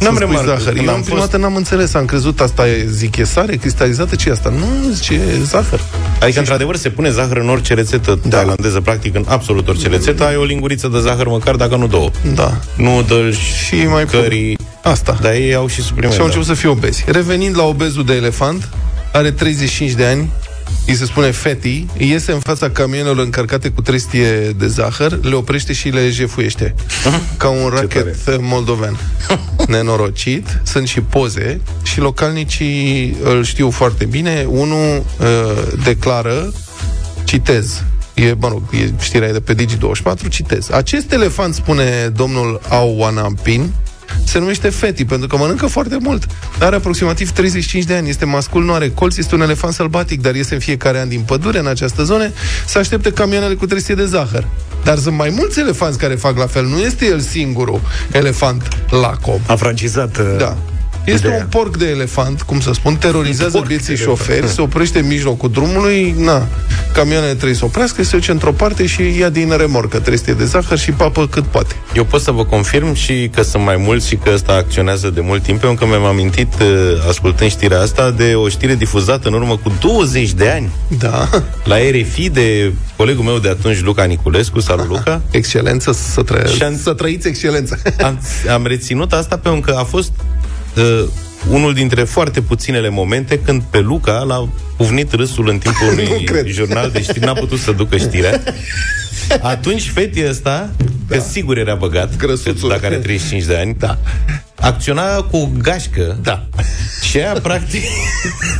N-am remarcat. zahăr. Când Eu am am prima fost- dată n-am înțeles, am crezut asta e, zic, e sare cristalizată, ce e asta? Nu, zice, e zahăr. Adică, într-adevăr, se pune zahăr în orice rețetă da. tailandeză, practic în absolut orice rețetă, ai o linguriță de zahăr măcar, dacă nu două. Da. Nu dă Și mai pun- cării, Asta. dar ei au și Și suplimente. da. au început să fie obezi. Revenind la obezul de elefant, are 35 de ani, îi se spune feti, iese în fața camionelor încărcate cu trestie de zahăr, le oprește și le jefuiește. Ca un racket moldoven. Nenorocit. Sunt și poze și localnicii îl știu foarte bine. Unul uh, declară citez, e, mă rog, e știrea e de pe Digi24, citez. Acest elefant, spune domnul Auanampin, se numește Feti, pentru că mănâncă foarte mult. Are aproximativ 35 de ani, este mascul, nu are colț, este un elefant sălbatic, dar iese în fiecare an din pădure, în această zonă, să aștepte camioanele cu trestie de zahăr. Dar sunt mai mulți elefanți care fac la fel, nu este el singurul elefant lacom. a francizat uh, Da. Este Ideea. un porc de elefant, cum să spun, terorizează vieții șoferi, se oprește în mijlocul drumului, na, camioanele trebuie să oprească, se duce într-o parte și ia din remorcă trestie de zahăr și papă cât poate. Eu pot să vă confirm și că sunt mai mulți și că ăsta acționează de mult timp, pentru că mi-am amintit, uh, ascultând știrea asta, de o știre difuzată în urmă cu 20 de ani Da, la RFI de colegul meu de atunci, Luca Niculescu, salut Luca. excelență, să, tră... Și am- să trăiți excelență. Am, am reținut asta pentru că a fost uh, unul dintre foarte puținele momente când pe Luca l-a pufnit râsul în timpul unui cred. jurnal de știri, n-a putut să ducă știrea. Atunci fetii ăsta, da. că sigur era băgat, Grăsuțul. că dacă are 35 de ani, Da. acționa cu o gașcă. Da. Și aia, practic,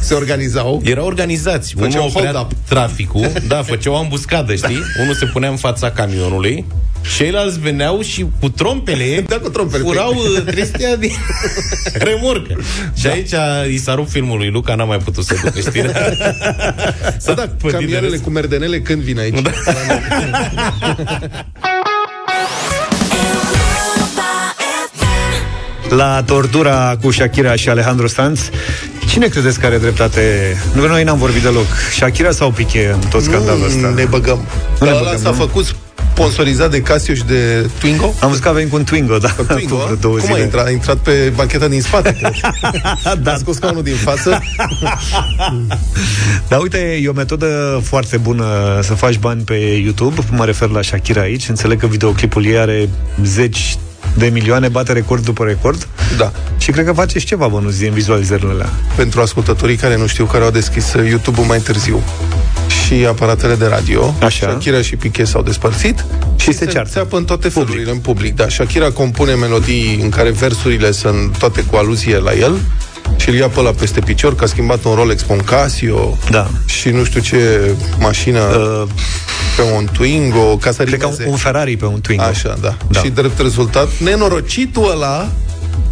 Se organizau. erau organizați. Făceau Unul oprea hold-up. traficul, da, făceau ambuscadă, știi? Unul se punea în fața camionului, ceilalți veneau și cu trompele, Da, cu trompele. furau uh, trestia din remorcă. Și Da. aici i s-a rupt filmul lui Luca, n-a mai putut să ducă știrea. Să da, pădit de camioanele râs. cu merdenele când vin aici. Da. la tortura cu Shakira și Alejandro Sanz. Cine credeți că are dreptate? Nu, noi n-am vorbit deloc. Shakira sau Piqué în tot scandalul ăsta? Mm, Ne băgăm. ne Dar ăla băgăm, s-a nu? făcut sponsorizat de Casio și de Twingo. Am văzut că avem cu un Twingo, da. Twingo, acum a? vreo două Cum zile. a intrat? A intrat pe bancheta din spate. cred. da, A scos scaunul din față. Dar uite, e o metodă foarte bună să faci bani pe YouTube, mă refer la Shakira aici, înțeleg că videoclipul ei are zeci de milioane, bate record după record. Da. Și cred că faceți ceva bănuți din vizualizările alea. Pentru ascultătorii care nu știu, care au deschis uh, YouTube-ul mai târziu și aparatele de radio. Așa. Shakira și Piqué s-au despărțit Și se ceartă. înțeapă în toate public. felurile, în public. Da, Shakira compune melodii în care versurile sunt toate cu aluzie la el și îl ia pe ăla peste picior, că a schimbat un Rolex pe un Casio Da. și nu știu ce mașină Uh, pe un Twingo, ca să cred că un, rimeze. un Ferrari pe un Twingo. Așa, da. Da. da. Și drept rezultat, nenorocitul ăla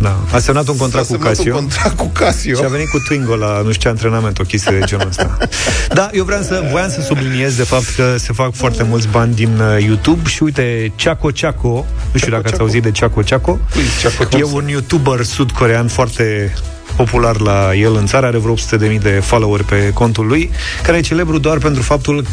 Da. A semnat un contract s-a cu semnat Casio. un contract cu Casio. Și a venit cu Twingo la, nu știu ce, antrenament, o chestie de genul ăsta. Da, eu vreau să, voiam să subliniez de fapt că se fac foarte mulți bani din uh, YouTube și uite, Chaco Chaco, nu știu dacă ați Chaco. auzit de Chaco Chaco, Cui e Chaco Chaco? e un YouTuber sud-corean foarte popular la el în țară, are vreo 800.000 de followeri pe contul lui, care e celebru doar pentru faptul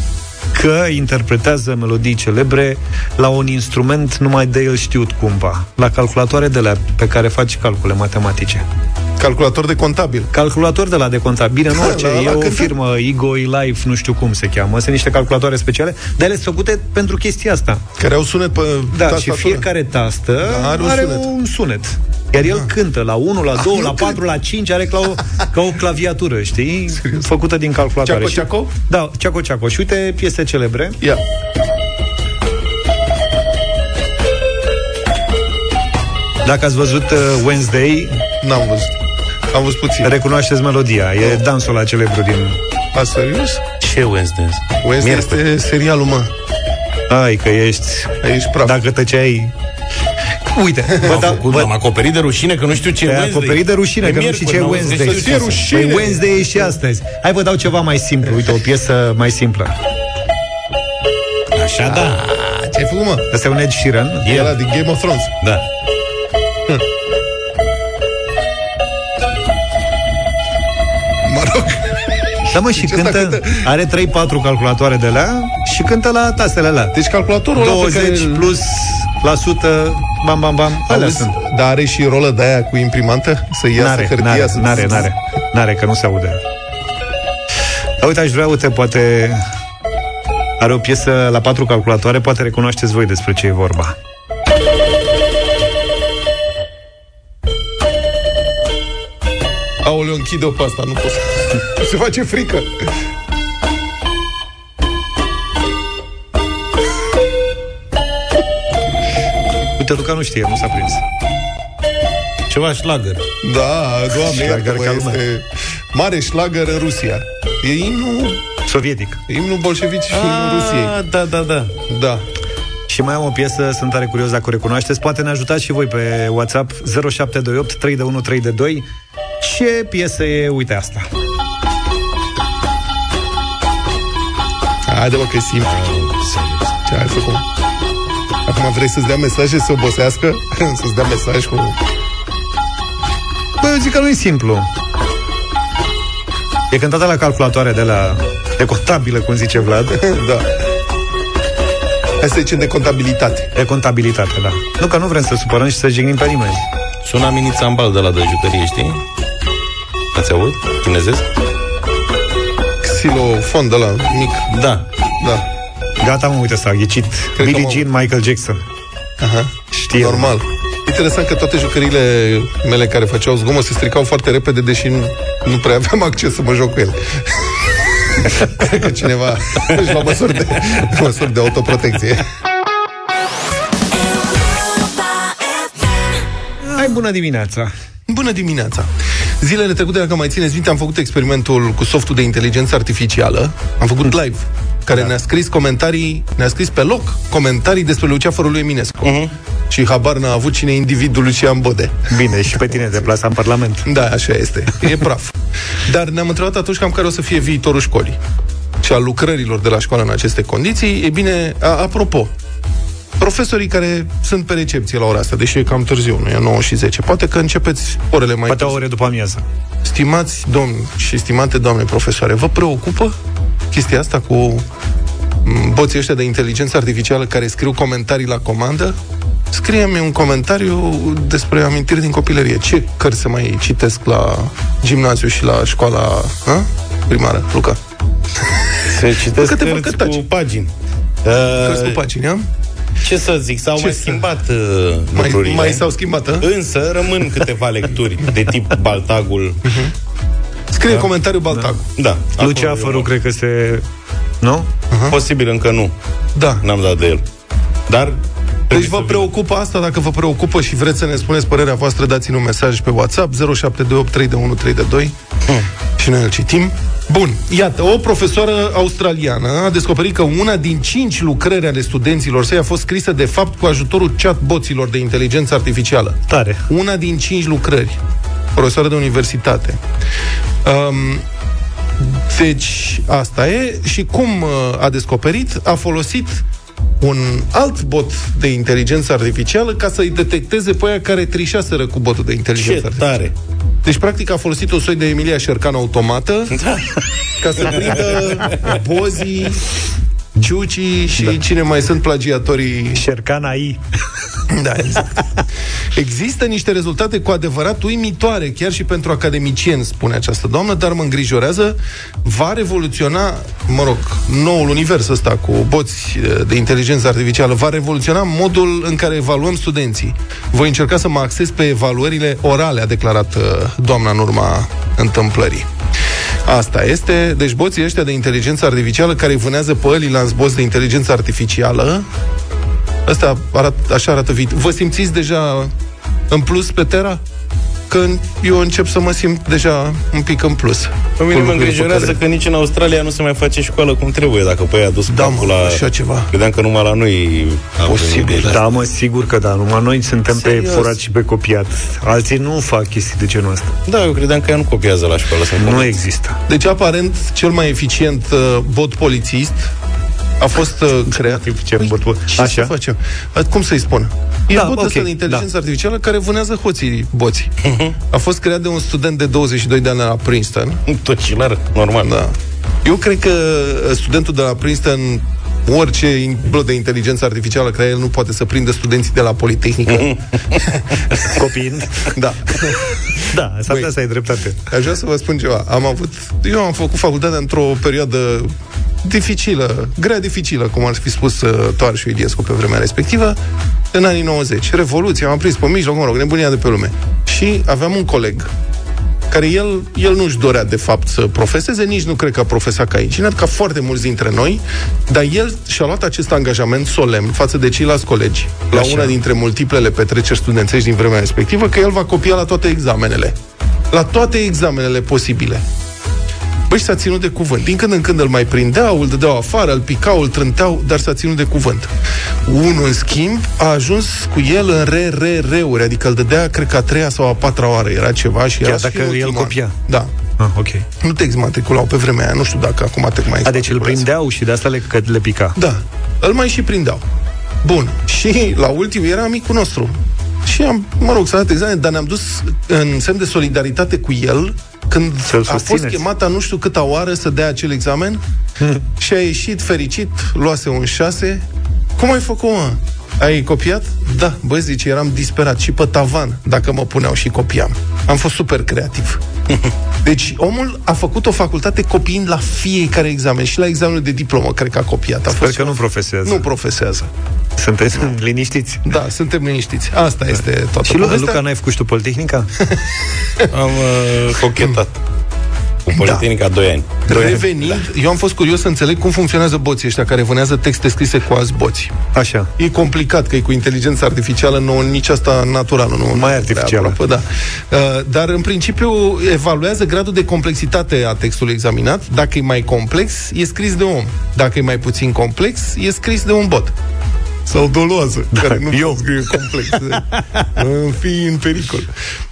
că interpretează melodii celebre la un instrument numai de el știut cumva, la calculatoare de la pe care faci calcule matematice. Calculator de contabil. Calculator de la de contat. Bine, nu orice, la e ăla o când- firmă, Ego, Life, nu știu cum se cheamă. Sunt niște calculatoare speciale, dar ele sunt făcute pentru chestia asta. Care au sunet pe Da, tastatură. și fiecare tastă Da, are, are un, un are sunet. Da. Ah, un sunet. Iar el cântă la 1, la 2, la 4, la 5, are ca o, ca o claviatură, știi? Făcută din calculatoare. Ceaco, Și- ceaco? Da, ceaco, ceaco. Și uite piese celebre. Ia. Dacă ați văzut uh, Wednesday, N-am văzut. Am văzut puțin. Re- recunoașteți melodia. E dansul la celebru din... A, serios? Ce Wednesday? Wednesday este serialul, mă. Ai, că ești... Aici praf. Dacă tăceai... Uite, vă, Am, da, făcut, vă, am acoperit de rușine că nu știu ce e Te-ai Wednesday. acoperit de rușine, E că nu știi ce e miercuri, n-auzi Wednesday. nicio Ce piesă. rușine! Păi Wednesday e și astăzi. Hai vă dau ceva mai simplu. Uite, o piesă mai simplă. Așa da, A, ce-ai făcut, mă? Asta e un Ed Sheeran. E ăla din Game of Thrones. da. Mă rog. Da, mă, și Deci ăsta cântă, cântă- are 3-4 calculatoare de la și cântă la tastele alea. Deci calculatorul ăla pe care 20 îl- plus la sută, bam, bam, bam, alea Auzi, sunt. Dar are și rolă de aia cu imprimantă? Să iasă N-are, hârtia? n-are, să... n-are, n-are, n-are, că nu se aude. Dar uite, aș vrea, uite, poate are o piesă la patru calculatoare, poate recunoașteți voi despre ce e vorba. Aoleu, închide-o pe asta, nu pot să- Se face frică. Uite, Luca nu știe, nu s-a prins. Ceva schlager. Da, doamne, Schlager iartă, bă, ca lumea. este mare șlagăr în Rusia. E imnul, Sovietic. imnul bolșevici și imnul Rusiei. Ah, da, da, da. Da. Și mai am o piesă, sunt tare curios dacă o recunoașteți. Poate ne ajutați și voi pe WhatsApp 0728 3 de 1 3 de 2. Ce piesă e? Uite asta. Haide, mă, că e simplu. Ce ai făcut? Acum vrei să-ți dea mesaje să obosească? să-ți dea mesaj cu... Bă, Păi, eu zic că nu e simplu. E cântată la calculatoare de la... De contabilă, cum zice Vlad. da. Asta e cel de contabilitate. De contabilitate, da. Nu că nu vrem să supărăm și să jignim pe nimeni. Sună minit ambal de la de jucărie, știi? Ați auzit? Chinezesc? Xilofon de la mic. Da. Da. Gata, mă, uite, s-a ghicit. că Billie m-am- Jean, Michael Jackson. Aha. Știe. Normal. Interesant că toate jucările mele care făceau zgomot se stricau foarte repede, deși nu, nu prea aveam acces să mă joc cu ele. Cred că cineva își lua măsuri de, măsuri de autoprotecție. Hai, bună dimineața. Bună dimineața! Zilele trecute, dacă mai țineți minte, am făcut experimentul cu softul de inteligență artificială. Am făcut live, care ne-a scris comentarii, ne-a scris pe loc comentarii despre Luceafărul lui Eminescu. Și habar n-a avut cine e individul Lucian Bode. Bine, și pe tine te plasa în Parlament. Da, așa este. E praf. Dar ne-am întrebat atunci cam care o să fie viitorul școlii și a lucrărilor de la școală în aceste condiții. E bine, a, apropo, profesorii care sunt pe recepție la ora asta, deși e cam târziu, nu e 9 și 10, poate că începeți orele mai Poate o târziu. ore după amiază. Stimați domni și stimate doamne profesoare, vă preocupă chestia asta cu m, boții ăștia de inteligență artificială care scriu comentarii la comandă? Scrie-mi un comentariu despre amintiri din copilărie. Ce cărți se mai citesc la gimnaziu și la școala a? primară, Luca? Se citesc Făcate, cărți făcătaci. cu pagini. Cărți cu Uh, pagini, am? Ce să zic, s-au Ce mai să- schimbat uh, lucrurile. mai s-au schimbat, Da. a? Însă rămân câteva lecturi de tip Baltagul. Scrie da? comentariu Baltacu. Da. acolo Luceafărul, cred că se... Nu? e. Posibil încă nu. Da. N-am dat de el. Dar Deci vă preocupă asta, dacă vă preocupă și vreți să ne spuneți părerea voastră, dați-ne un mesaj pe WhatsApp 0728313132 și noi îl citim. Bun, iată, o profesoară australiană a descoperit că una din cinci lucrări ale studenților săi a fost scrisă de fapt cu ajutorul chatboților de inteligență artificială. Tare. Una din cinci lucrări. Profesoară de universitate. Um, deci, asta e. Și cum uh, a descoperit? A folosit un alt bot de inteligență artificială ca să-i detecteze pe aia care trișaseră cu botul de inteligență ce artificială. tare. Deci, practic, a folosit un soi de Emilia Șercan automată Da. ca să prindă bozii, ciucii și da. cine mai sunt plagiatorii Șercan AI. da, exact. Există niște rezultate cu adevărat uimitoare, chiar și pentru academicieni, spune această doamnă, dar mă îngrijorează, va revoluționa, mă rog, noul univers ăsta cu boți eh, de inteligență artificială, va revoluționa modul în care evaluăm studenții. Voi încerca să mă axez pe evaluările orale, a declarat eh, doamna în urma întâmplării. Asta este, deci boții ăștia de inteligență artificială care îi vânează pe ăli la boți de inteligență artificială, Asta arat, așa arată vit. Vă simțiți deja în plus pe Terra? Când eu încep să mă simt deja un pic în plus. Pe Cu mine mă lucrurile îngrijorează pe că nici în Australia nu se mai face școală cum trebuie, dacă pe aia a dus Da, capul mă, la... așa ceva. Credeam că numai la noi... a venit. Posibil. Da, mă, sigur că da. Numai noi suntem Serios? pe Serios? furat și pe copiat. Alții nu fac chestii de genul ăsta. Da, eu credeam că ea nu copiază la școală. Sunt Nu convins. există. Deci, aparent, cel mai eficient uh, bot polițist a fost uh, creat. Ce bot- bot- Ce Așa. Să facem? A, Cum să-i spun? E Da, da, botul ok, okay, de inteligență da. artificială care vânează hoții boții. A fost creat de un student de 22 de ani la Princeton. Tocilar, normal. Da. Eu cred că uh, studentul de la Princeton orice in- blot de inteligență artificială care el nu poate să prindă studenții de la Politehnică. Copiind. da. Da, s-ar Băi. putea să ai dreptate. Aș vrea să vă spun ceva. Am avut... Eu am făcut facultatea într-o perioadă dificilă, grea dificilă, cum ar fi spus uh, Toar și Iliescu pe vremea respectivă, în anii 90. Revoluția, am prins pe mijloc, mă rog, nebunia de pe lume. Și aveam un coleg care el, el nu-și dorea de fapt să profeseze, nici nu cred că a profesat ca inginer, ca foarte mulți dintre noi, dar el și-a luat acest angajament solemn față de ceilalți colegi, la Așa. una dintre multiplele petreceri studențești din vremea respectivă, că el va copia la toate examenele. La toate examenele posibile. Băi, și s-a ținut de cuvânt. Din când în când îl mai prindeau, îl dădeau afară, îl picau, îl trânteau, dar s-a ținut de cuvânt. Unul, în schimb, a ajuns cu el în re, re, reuri, adică îl dădea, cred că a treia sau a patra oară era ceva și era și dacă în el ultimul an. copia. Da. Ah, ok. Nu te exmatriculau pe vremea aia, nu știu dacă acum te mai A, deci îl exmatriculează. prindeau și de asta le, că le pica. Da, îl mai și prindeau. Bun, și la ultimul era amicul nostru. Și am, mă rog, s-a dat examen, dar ne-am dus în semn de solidaritate cu el când Să-l a fost susțineți. chemat a nu știu câta oară să dea acel examen și a ieșit fericit, luase un 6. Cum ai făcut, mă? Ai copiat? Da, bă, zice, eram disperat și pe tavan dacă mă puneau și copiam. Am fost super creativ. Deci omul a făcut o facultate copiind la fiecare examen și la examenul de diplomă, cred că a copiat. A Sper fost că nu profesează. nu profesează. Sunteți liniștiți. Da, suntem liniștiți. Asta este toată Da. Și Luca, povestea. Luca, n-ai făcut și tu Politehnica? Am uh, cochetat. Cu Politehnica 2 ani. Revenind, Da. eu am fost curios să înțeleg cum funcționează boții ăștia care vânează texte scrise cu alți boți. Așa. E complicat că e cu inteligența artificială, nu nici asta naturală, nu Mai artificială. Aproape, da. Uh, Dar în principiu evaluează gradul de complexitate a textului examinat. Dacă e mai complex, e scris de om. Dacă e mai puțin complex, e scris de un bot. Sau doloază, da, care nu eu. scrie complex. fi în pericol.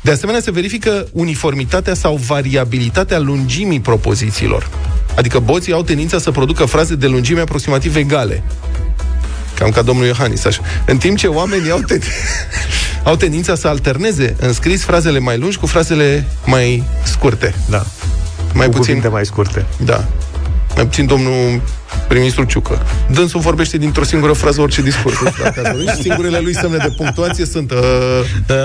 De asemenea, se verifică uniformitatea sau variabilitatea lungimii propozițiilor. Adică boții au tendința să producă fraze de lungime aproximativ egale. Cam ca domnul Iohannis, așa. În timp ce oamenii au, ten... au tendința să alterneze în scris frazele mai lungi cu frazele mai scurte. Da. Mai Cu puțin, cuvinte mai scurte. da. Mai puțin domnul prim-ministru Ciucă. Dânsul vorbește dintr-o singură frază orice discurs. Deci Dacă ați dorit, și singurele lui semne de punctuație sunt... Uh, Da.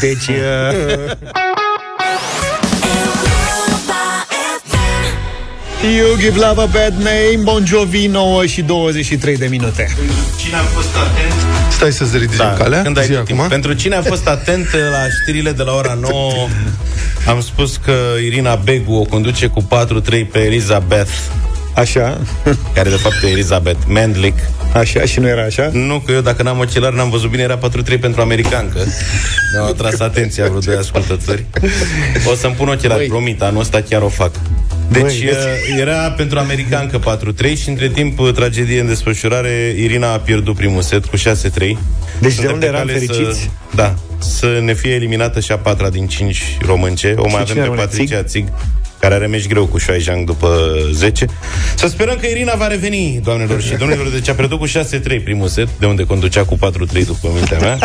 Deci... uh, You give love a bad name Bon Jovi 9 și 23 de minute Cine a fost atent? Stai să-ți ridici da, calea. Când ai Zi timp. acum. Pentru cine a fost atent uh, la știrile de la ora 9, am spus că Irina Begu o conduce cu 4-3 pe Elizabeth, Așa, care de fapt e Elizabeth Mendlick. așa și nu era așa Nu, că eu dacă n-am ocelar, n-am văzut bine, era 4-3 pentru americancă. Mi-au atras atenția vreo doi ascultători. O să-mi pun ocelar, promit, anul ăsta chiar o fac. Deci uh, era pentru americancă 4-3 și între timp uh, tragedie în desfășurare Irina a pierdut primul set cu 6-3 Deci Suntem de unde pe eram cale fericiți? Să, da, să ne fie eliminată și a patra din 5 românce O mai avem cine pe rămâne? Patricia Țig care are meci greu cu Șoaijang după 10. Să sperăm că Irina va reveni, doamnelor și domnilor. Deci a pierdut cu 6-3 primul set, de unde conducea cu 4-3 după mintea mea.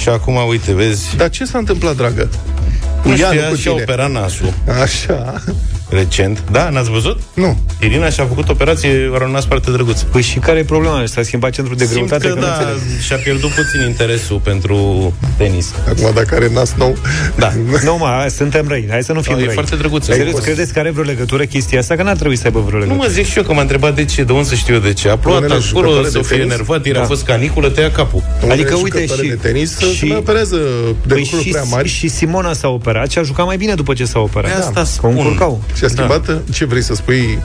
și acum, uite, vezi, Dar ce s-a întâmplat, dragă? Cu nu știu, Ianu, ea cu și-a tine. operat nasul Așa. recent. Da, n-ați văzut? Nu. Irina și-a făcut operație, a rămas foarte drăguț. Păi și care e problema asta? A schimbat centrul de Simt greutate? că, nu da, înțeleg. și-a pierdut puțin interesul pentru tenis. Acum, dacă are nas nou... Da. Nu, mă, hai, suntem răi, hai să nu fim Da, e răi foarte drăguță. Serios, Ai credeți că are vreo legătură chestia asta? Că n-ar trebui să aibă vreo Nu legătură mă zic și eu că m-a întrebat de ce, de unde să știu eu de ce. A plouat Unele acolo, jucătoare să de fie tenis? enervat, ieri a fost caniculă, tăia capul. Adică, uite, jucătoare și- De tenis și- și... se mai operează de Păi lucruri și, prea mari. Și, și Simona s-a operat și a jucat mai bine după ce s-a operat Da, Pe Păi asta Că o spun. încurcau a schimbat... Ce vrei să spui?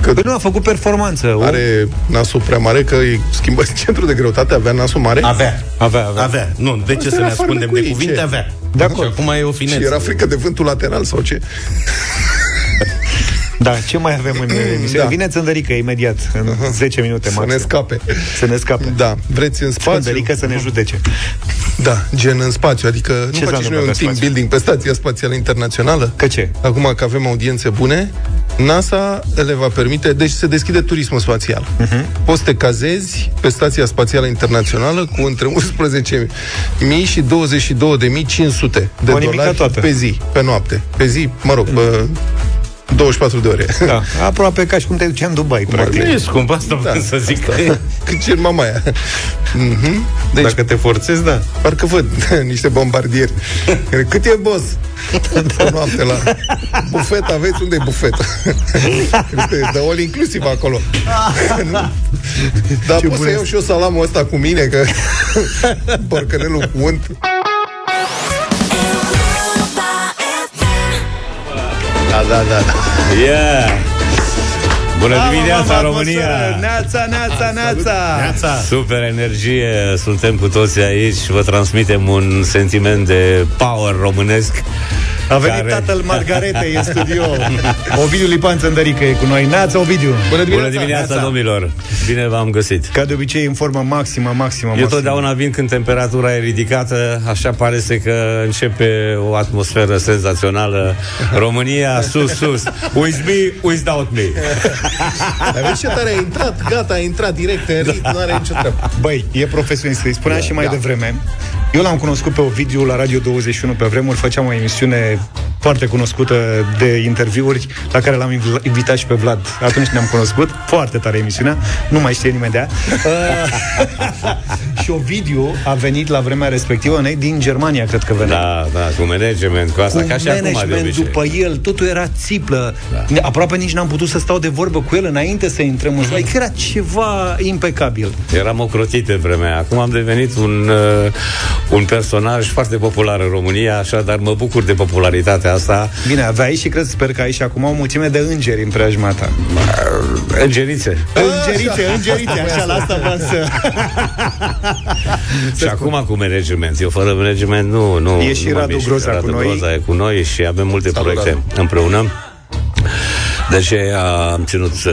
Păi nu, a făcut performanță Uh, O- Are nasul prea mare, că îi schimbă centrul de greutate, avea nasul mare? Avea. Avea, avea Avea. Nu, de ce Asta să ne era farmecui, ascundem de ce? cuvinte? Avea. De Și acord. acum e o finețe. Și era frică de vântul lateral sau ce? Da, ce mai avem în emisiune? Da. Da. Vine Țândărică imediat, în 10 minute Să ne maxim. scape. Să ne scape. Da, vreți în spațiu? Țândărică să ne judece. Da, gen în spațiu, adică Ce nu s-a faci și noi un întâmplat team în spațiu? building pe Stația Spațială Internațională? Că ce? Acum că avem audiențe bune, NASA le va permite, deci se deschide turismul spațial. Mhm. Uh-huh. Poți să te cazezi pe Stația Spațială Internațională cu între 11.000 și 22.500 O de nimica dolari toată. Mm. pe zi, pe noapte. Pe zi, mă rog, bă, 24 de ore. Da, aproape ca și cum te duceai în Dubai, practic. Nu e scump, asta vreau să zic. Cât cer mama aia. Mhm. Deci, Dacă te forțezi, da. Parcă văd niște bombardieri. Cât e, boss? Da. noapte la bufet, aveți unde e bufet? Este de all inclusiv acolo. Nu? Dar pot să iau și eu salamul ăsta cu mine, că porcănelul cu unt. Da, da, da. Yeah! Bună dimineața, România! Neața, neața, neața! Super energie, suntem cu toții aici și vă transmitem un sentiment de power românesc. A venit Care- tatăl Margaretei în studio. Ovidiu Lipan Țândărică e cu noi. Neața, Ovidiu! Bună dimineața, domnilor! Bine v-am găsit! Ca de obicei, în formă maximă, maximă, Eu maximă. totdeauna vin când temperatura e ridicată, așa pare să că începe o atmosferă senzațională. România, sus, sus, with me, without me. Dar vezi ce tare a intrat? Gata, a intrat direct în ritm, nu are nicio treabă. Băi, e profesionist, îi spuneam și mai Da. devreme. Eu l-am cunoscut pe Ovidiu la Radio 21 pe vremuri, făceam o emisiune foarte cunoscută de interviuri la care l-am inv- invitat și pe Vlad. Atunci ne-am cunoscut, foarte tare emisiunea, nu mai știe nimeni de ea. Uh, și Ovidiu a venit la vremea respectivă ne- din Germania, cred că venea. Da, da, cu management, cu asta, Cu Da, ca și acum de management obicei. după el, totul era țiplă. Da. Aproape nici n-am putut să stau de vorbă cu el înainte să intrăm în Mhm. slide. Era ceva impecabil. Eram ocrotit pe vremea. Acum am devenit un, uh, un personaj foarte popular în România, așa, dar mă bucur de popularitatea asta. Bine, aveai și cred, sper că ai și acum o mulțime de îngeri în preajma ta. Îngerițe. Îngerițe, îngerițe, așa, la asta vreau să... Și acum cu management. Eu fără management nu, nu. E și nu mai Radu mișc. Groza cu Radu noi. Groza e cu noi și avem multe Salut, proiecte Radu. împreună. Deci am ținut să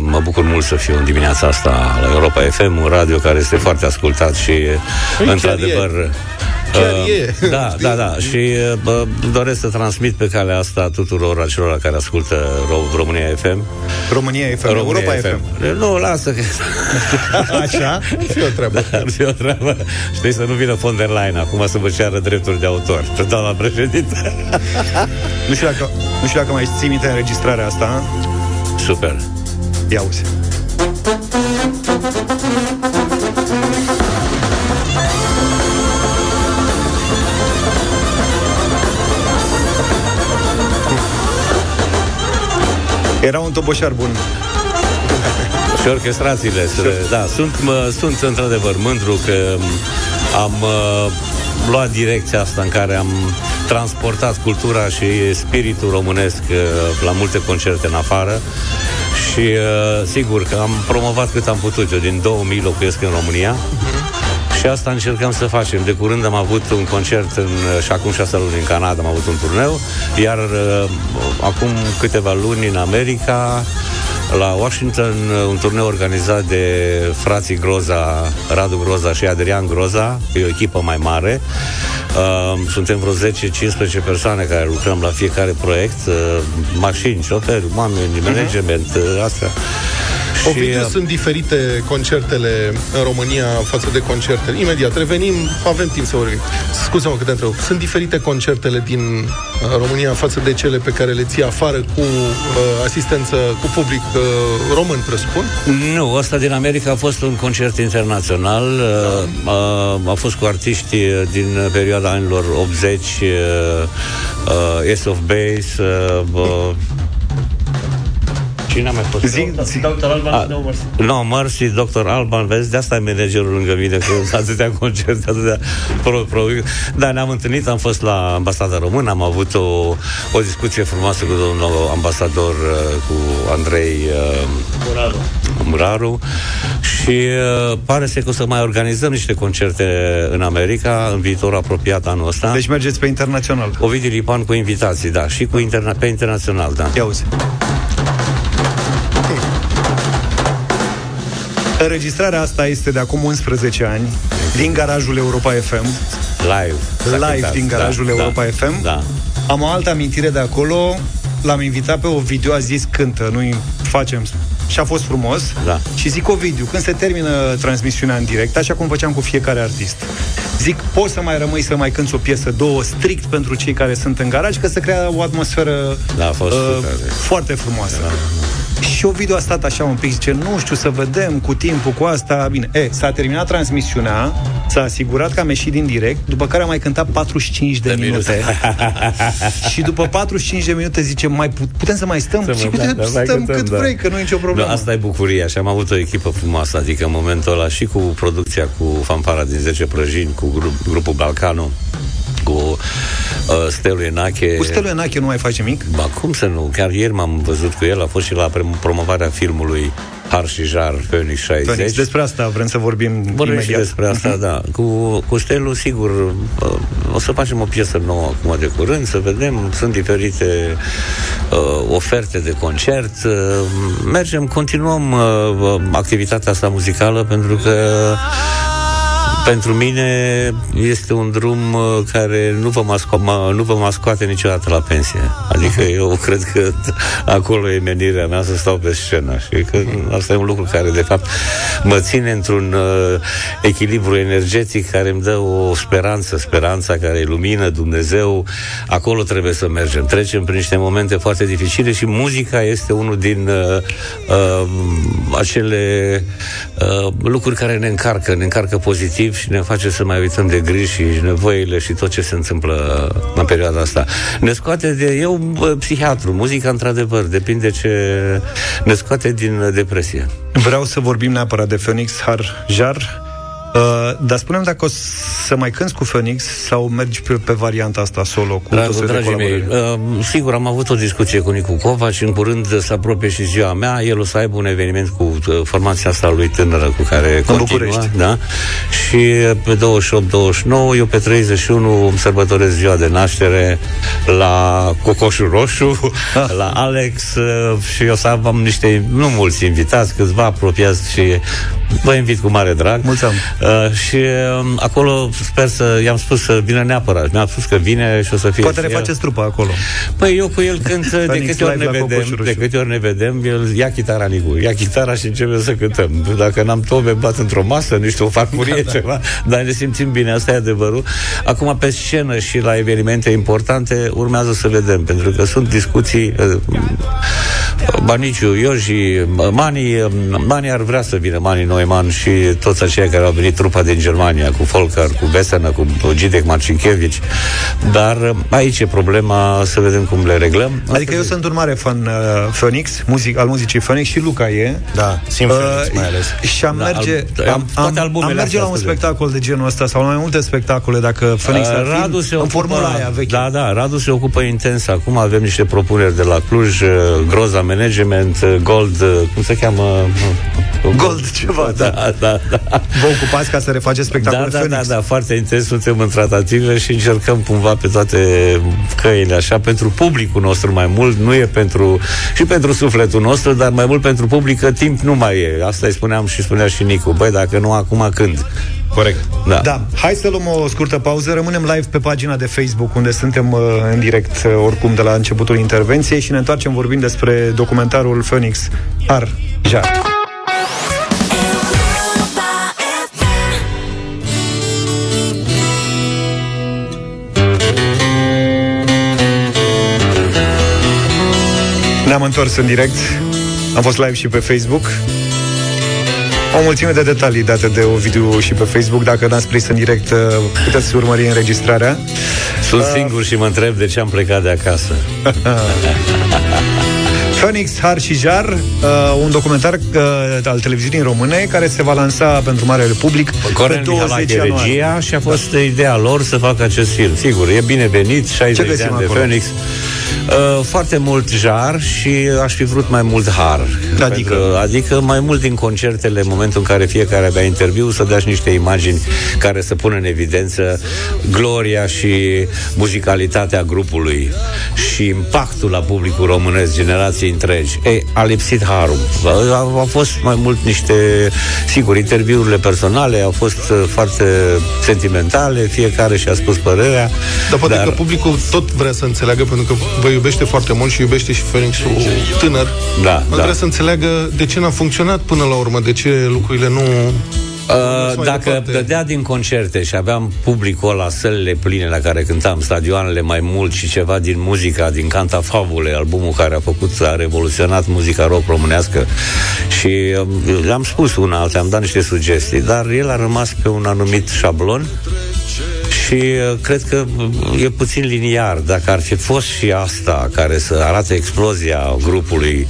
mă bucur mult să fiu în dimineața asta la Europa FM, un radio care este foarte ascultat și eh, Păi într-adevăr Chiar uh, e, Da, știi? da, da. Și uh, bă, doresc să transmit pe calea asta tuturor acelora care ascultă Ro- România FM. România FM, România Europa FM. Nu, lasă că Așa? Nu o treabă. ar fi o treabă. Știi să nu vină von der Leyen acum să vă ceară drepturi de autor. Doamna președinte. Nu știu dacă, nu știu dacă mai ții minte înregistrarea asta. Super. Ia uzi. Era un toboșar bun. Și orchestrațiile, să le- da, sunt, mă, sunt într-adevăr mândru că am uh, luat direcția asta în care am transportat cultura și spiritul românesc uh, la multe concerte în afară și uh, sigur că am promovat cât am putut. Eu din 2000 locuiesc în România și asta încercăm să facem. De curând am avut un concert în, și acum șase luni în Canada am avut un turneu, iar uh, acum câteva luni în America la Washington, uh, un turneu organizat de frații Groza, Radu Groza și Adrian Groza, e o echipă mai mare. Uh, Suntem vreo 10-15 persoane care lucrăm la fiecare proiect, uh, mașini, șoferi, oameni, management, uh, astea. Ovidiu, uh, sunt diferite concertele în România față de concertele. Imediat revenim, avem timp să vorbim. Scuze-mă că te întreb. Sunt diferite concertele din uh, România față de cele pe care le ții afară cu uh, asistență, cu public uh, român, presupun? Nu, asta din America a fost un concert internațional. Da. A, a fost cu artiști uh, din uh, perioada anilor 80, uh, uh, S of Base, uh, uh, Cine a mai fost? Zic, Dr. A- Alban, no mercy. No, Mercy, Dr. Alban, vezi, de asta e managerul lângă mine, că eu atâtea concerte, atâtea pro, pro. Dar ne-am întâlnit, am fost la ambasada română, am avut o, o discuție frumoasă cu domnul ambasador, uh, cu Andrei uh, Muraru. Muraru și uh, pare să că o să mai organizăm niște concerte în America în viitorul apropiat anul ăsta. Deci mergeți pe internațional. Ovidiu Lipan cu invitații, da, și cu interna- pe internațional, da. Ia uzi. Înregistrarea asta este de acum 11 ani din garajul Europa FM. Live. Live S-a cântat, din da, garajul da, Europa FM. Da. Am o altă amintire de acolo. L-am invitat pe Ovidiu, a zis cântă, noi facem și a fost frumos. Da. Și zic Ovidiu, când se termină transmisiunea în direct, așa cum făceam cu fiecare artist, zic, poți să mai rămâi să mai cânti o piesă, două, strict pentru cei care sunt în garaj, că se crea o atmosferă Da, a fost Da. super. Ă, foarte frumoasă. Și Ovidiu a stat așa un pic, zice, nu știu, să vedem cu timpul, cu asta, bine. E, s-a terminat transmisiunea, s-a asigurat că am ieșit din direct, după care am mai cântat 45 de, minute. și după 45 de minute zice, mai put- putem să mai stăm? Să și mă- putem da, să mai stăm cântăm, cât da. vrei, că nu e nicio problemă. Da, asta e bucuria și am avut o echipă frumoasă, adică în momentul ăla și cu producția cu fanfara din 10 prăjini, cu grup, grupul Balcanu, cu uh, Stelu Enache. Cu Stelu Enache nu mai face nimic? Ba cum să nu? Chiar ieri m-am văzut cu el, a fost și la prom- promovarea filmului Har și Jar, Phoenix 60. Phoenix, despre asta vrem să vorbim Vorbim și imediat. despre asta, da. Cu, cu Stelu, sigur, uh, o să facem o piesă nouă acum de curând, să vedem. Sunt diferite uh, oferte de concert. Uh, mergem, continuăm uh, uh, activitatea asta muzicală, pentru că pentru mine este un drum uh, care nu vă, mai sco- mă- nu vă mai scoate niciodată la pensie. Adică eu cred că acolo e menirea mea să stau pe scenă și că asta e un lucru care de fapt mă ține într-un uh, echilibru energetic care îmi dă o speranță, speranța care e lumină, Dumnezeu, acolo trebuie să mergem. Trecem prin niște momente foarte dificile și muzica este unul din uh, uh, acele uh, lucruri care ne încarcă, ne încarcă pozitiv și ne face să mai uităm de griji și nevoile și tot ce se întâmplă în perioada asta. Ne scoate de... Eu, bă, psihiatru, muzica, într-adevăr, depinde ce... Ne scoate din uh, depresie. Vreau să vorbim neapărat de Phoenix, Har, Jar. Uh, dar spunem dacă o să mai cânti cu Phoenix sau mergi pe, pe varianta asta solo cu tot Dragul, soiul de dragii mei, colaborări. uh, sigur, am avut o discuție cu Nicu Cova și în curând se apropie și ziua mea. El o să aibă un eveniment cu uh, formația asta a lui tânără cu care continuă. București. Da? Și uh, pe 28-29, eu pe 31 îmi sărbătoresc ziua de naștere la Cocoșul Roșu, la Alex uh, și o să am niște, nu mulți invitați, câțiva apropiați și vă invit cu mare drag. Mulțumim. Uh, și um, acolo sper să, i-am spus să vină neapărat. Mi-a spus că vine și o să fie. Poate și el. refaceți trupa acolo. Păi eu cu el cânt de Phoenix câte ori Live ne la Cocoș vedem, Roșu. de câte ori ne vedem, el ia chitara Nicu, ia chitara și începem să cântăm. Dacă n-am tobe bat într-o masă, nu știu, o farfurie, da, ceva, dar ne simțim bine, asta e adevărul. Acum pe scenă și la evenimente importante urmează să vedem, pentru că sunt discuții uh, Baniciu, Ioji, Mani, Mani ar vrea să vină, Mani Neumann și toți aceia care au venit trupa din Germania, cu Folcar, cu Besana, cu Gidec Marcinkevici, dar aici e problema, să vedem cum le reglăm. Adică eu sunt un mare fan uh, Phoenix, muzic, al muzicii Phoenix și Luca e. Uh, Da, Symphonix mai ales. Și am Da, merge, al- am, toate am, am albumele merge astea la un sunt de- spectacol de genul ăsta sau la mai multe spectacole dacă Phoenix ar fi Uh, Radu se în ocupă, formula aia veche. Da, da, Radu se ocupă intens. Acum avem niște propuneri de la Cluj, uh, Groza Management, uh, Gold, uh, cum se cheamă? Gold ceva, da. da, da. Vă ocupați ca să refaceți Da, spectacole da, da, Phoenix. da, foarte intens suntem în tratative și încercăm cumva pe toate căile așa, pentru publicul nostru mai mult, nu e pentru, și pentru sufletul nostru, dar mai mult pentru public, că timp nu mai e. Asta îi spuneam și spunea și Nicu, băi, dacă nu acum, când? Corect. Da. Da, hai să luăm o scurtă pauză. Rămânem live pe pagina de Facebook, unde suntem uh, în direct uh, oricum de la începutul intervenției și ne întoarcem vorbind despre documentarul Phoenix Ar Jar. Ne-am întors în direct. Am fost live și pe Facebook. O mulțime de detalii date de Ovidiu și pe Facebook. Dacă n-ați prins în direct, uh, puteți urmări înregistrarea. Sunt Uh, singur și mă întreb de ce am plecat de acasă. Phoenix, Har și Jar, uh, un documentar uh, al televiziunii române care se va lansa pentru marele public Cornel pe Mihalache 20 ianuarie. regia și a fost ideea lor să facă acest film. Sigur, e binevenit, 60 de găsim ani de acolo? Phoenix. Uh, foarte mult jar și aș fi vrut mai mult har. Adică? Pentru, adică mai mult din concertele, în momentul în care fiecare avea interviu, să dea și niște imagini care să pună în evidență gloria și muzicalitatea grupului și impactul la publicul românesc, generații întregi. Ei, a lipsit harul. A, a fost mai mult niște, sigur, interviurile personale au fost uh, foarte sentimentale, fiecare și-a spus părerea. Dar poate că publicul tot vrea să înțeleagă, pentru că vă iubește foarte mult și iubește și Phoenix-ul tânăr. Da, Dar da. vrea să înțeleagă de ce n-a funcționat până la urmă, de ce lucrurile nu... Uh, dacă dădea din concerte și aveam publicul la sălile pline la care cântam, stadioanele mai mult și ceva din muzica, din Canta Fabule, albumul care a făcut, a revoluționat muzica rock românească și um, le-am spus una alta, am dat niște sugestii, dar el a rămas pe un anumit șablon și uh, cred că uh, e puțin liniar. Dacă ar fi fost și asta care să arate explozia grupului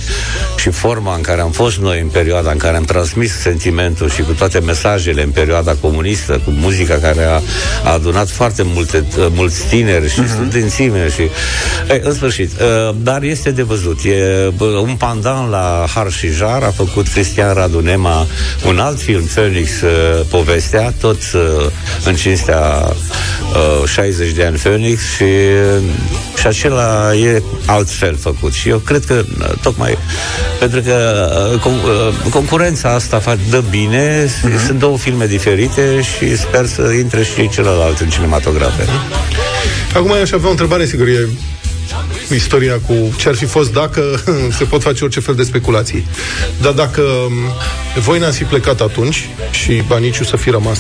și forma în care am fost noi în perioada în care am transmis sentimentul și cu toate mesajele în perioada comunistă, cu muzica care a, a adunat foarte multe, uh, mulți tineri și uh-huh. studențime și... Ei, în sfârșit, uh, dar este de văzut. E bă, un pandan la Har și Jar a făcut Cristian Radu Nema un alt film, Phoenix, uh, povestea, tot uh, în cinstea uh, 60 de ani Phoenix și, uh, și acela e altfel făcut. Și eu cred că uh, tocmai pentru că uh, con- uh, concurența asta fa- dă bine, mm-hmm. sunt două filme diferite și sper să intre și celălalt în cinematografe. Acum eu aș avea o întrebare, sigur, e istoria cu ce ar fi fost dacă se pot face orice fel de speculații. Dar dacă m, voi n-ați fi plecat atunci și Baniciu să fi rămas,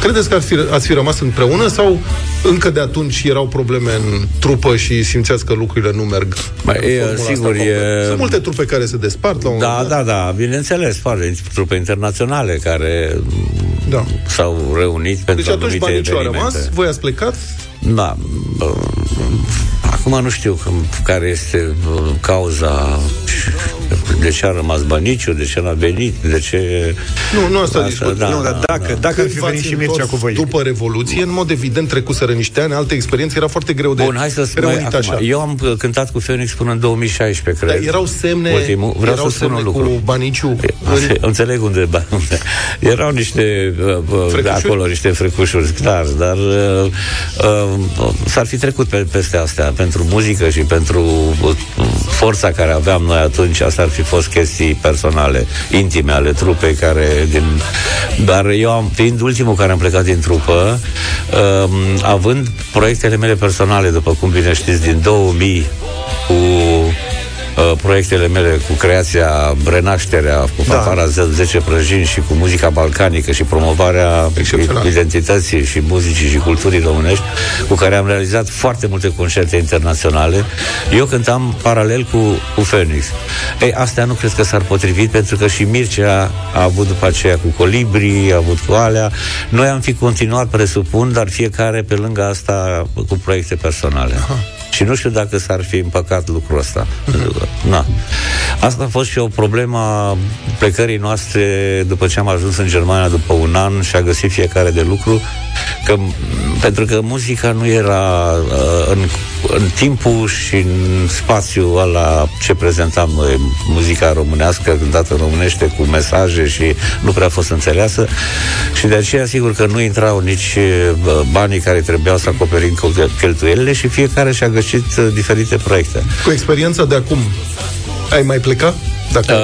credeți că ar fi, ați fi rămas împreună sau încă de atunci erau probleme în trupă și simțeați că lucrurile nu merg? Mai, e, Formula asta sigur, complet. e- Sunt multe trupe care se despart la un moment Da, da, da, bineînțeles, foarte trupe internaționale care Da. s-au reunit pentru Deci atunci anumite Baniciu a evenimente. rămas, voi ați plecat, Da. bă, Acum nu știu cum- care este bă, cauza de ce a rămas Baniciu, de ce n-a venit, de ce... Nu, nu asta discut. da, Nu, dar da, dacă, dacă ar Când fi v-ați venit și Mircea întors cu voi. După Revoluție, în mod evident, trecuseră niște ani, alte experiențe, era foarte greu de Bun, hai să spun. reunit Deci, așa. Acum, eu am uh, cântat cu Phoenix până în 2016, Dar cred. erau semne, Ultimul. Vreau erau să spun semne un lucru. Eh, cu Baniciu. În... Înțeleg unde, ba, unde. Erau niște uh, uh, Frecușuri? acolo, niște frecușuri, clar, dar uh, uh, s-ar fi trecut pe, peste astea. Pentru muzică și pentru uh, forța care aveam noi atunci, asta ar fi fost chestii personale, intime ale trupei care din... Dar eu am, fiind ultimul care am plecat din trupă, uh, având proiectele mele personale, după cum bine știți, din 2000 cu uh, proiectele mele cu creația Renașterea, cu Da. fanfara da. 10 prăjini și cu muzica balcanică și promovarea Excepțional. identității și muzicii și culturii românești, cu care am realizat foarte multe concerte internaționale. Eu cântam paralel cu, cu Phoenix. Ei, astea nu cred că s-ar potrivit, pentru că și Mircea a avut după aceea cu Colibri, a avut cu Alea. Noi am fi continuat, presupun, dar fiecare pe lângă asta cu proiecte personale. Și nu știu dacă s-ar fi împăcat lucrul ăsta. Pentru că, Na. Asta a fost și o problemă a plecării noastre după ce am ajuns în Germania după un an și a găsit fiecare de lucru. Că, pentru că muzica nu era uh, în, în timpul și în spațiu ăla ce prezentam noi, muzica românească cântată în românește cu mesaje și nu prea a fost înțeleasă și de aceea sigur că nu intrau nici uh, banii care trebuiau să acoperim căl- cheltuielile și fiecare și-a găsit uh, diferite proiecte. Cu experiența de acum, ai mai plecat? Dacă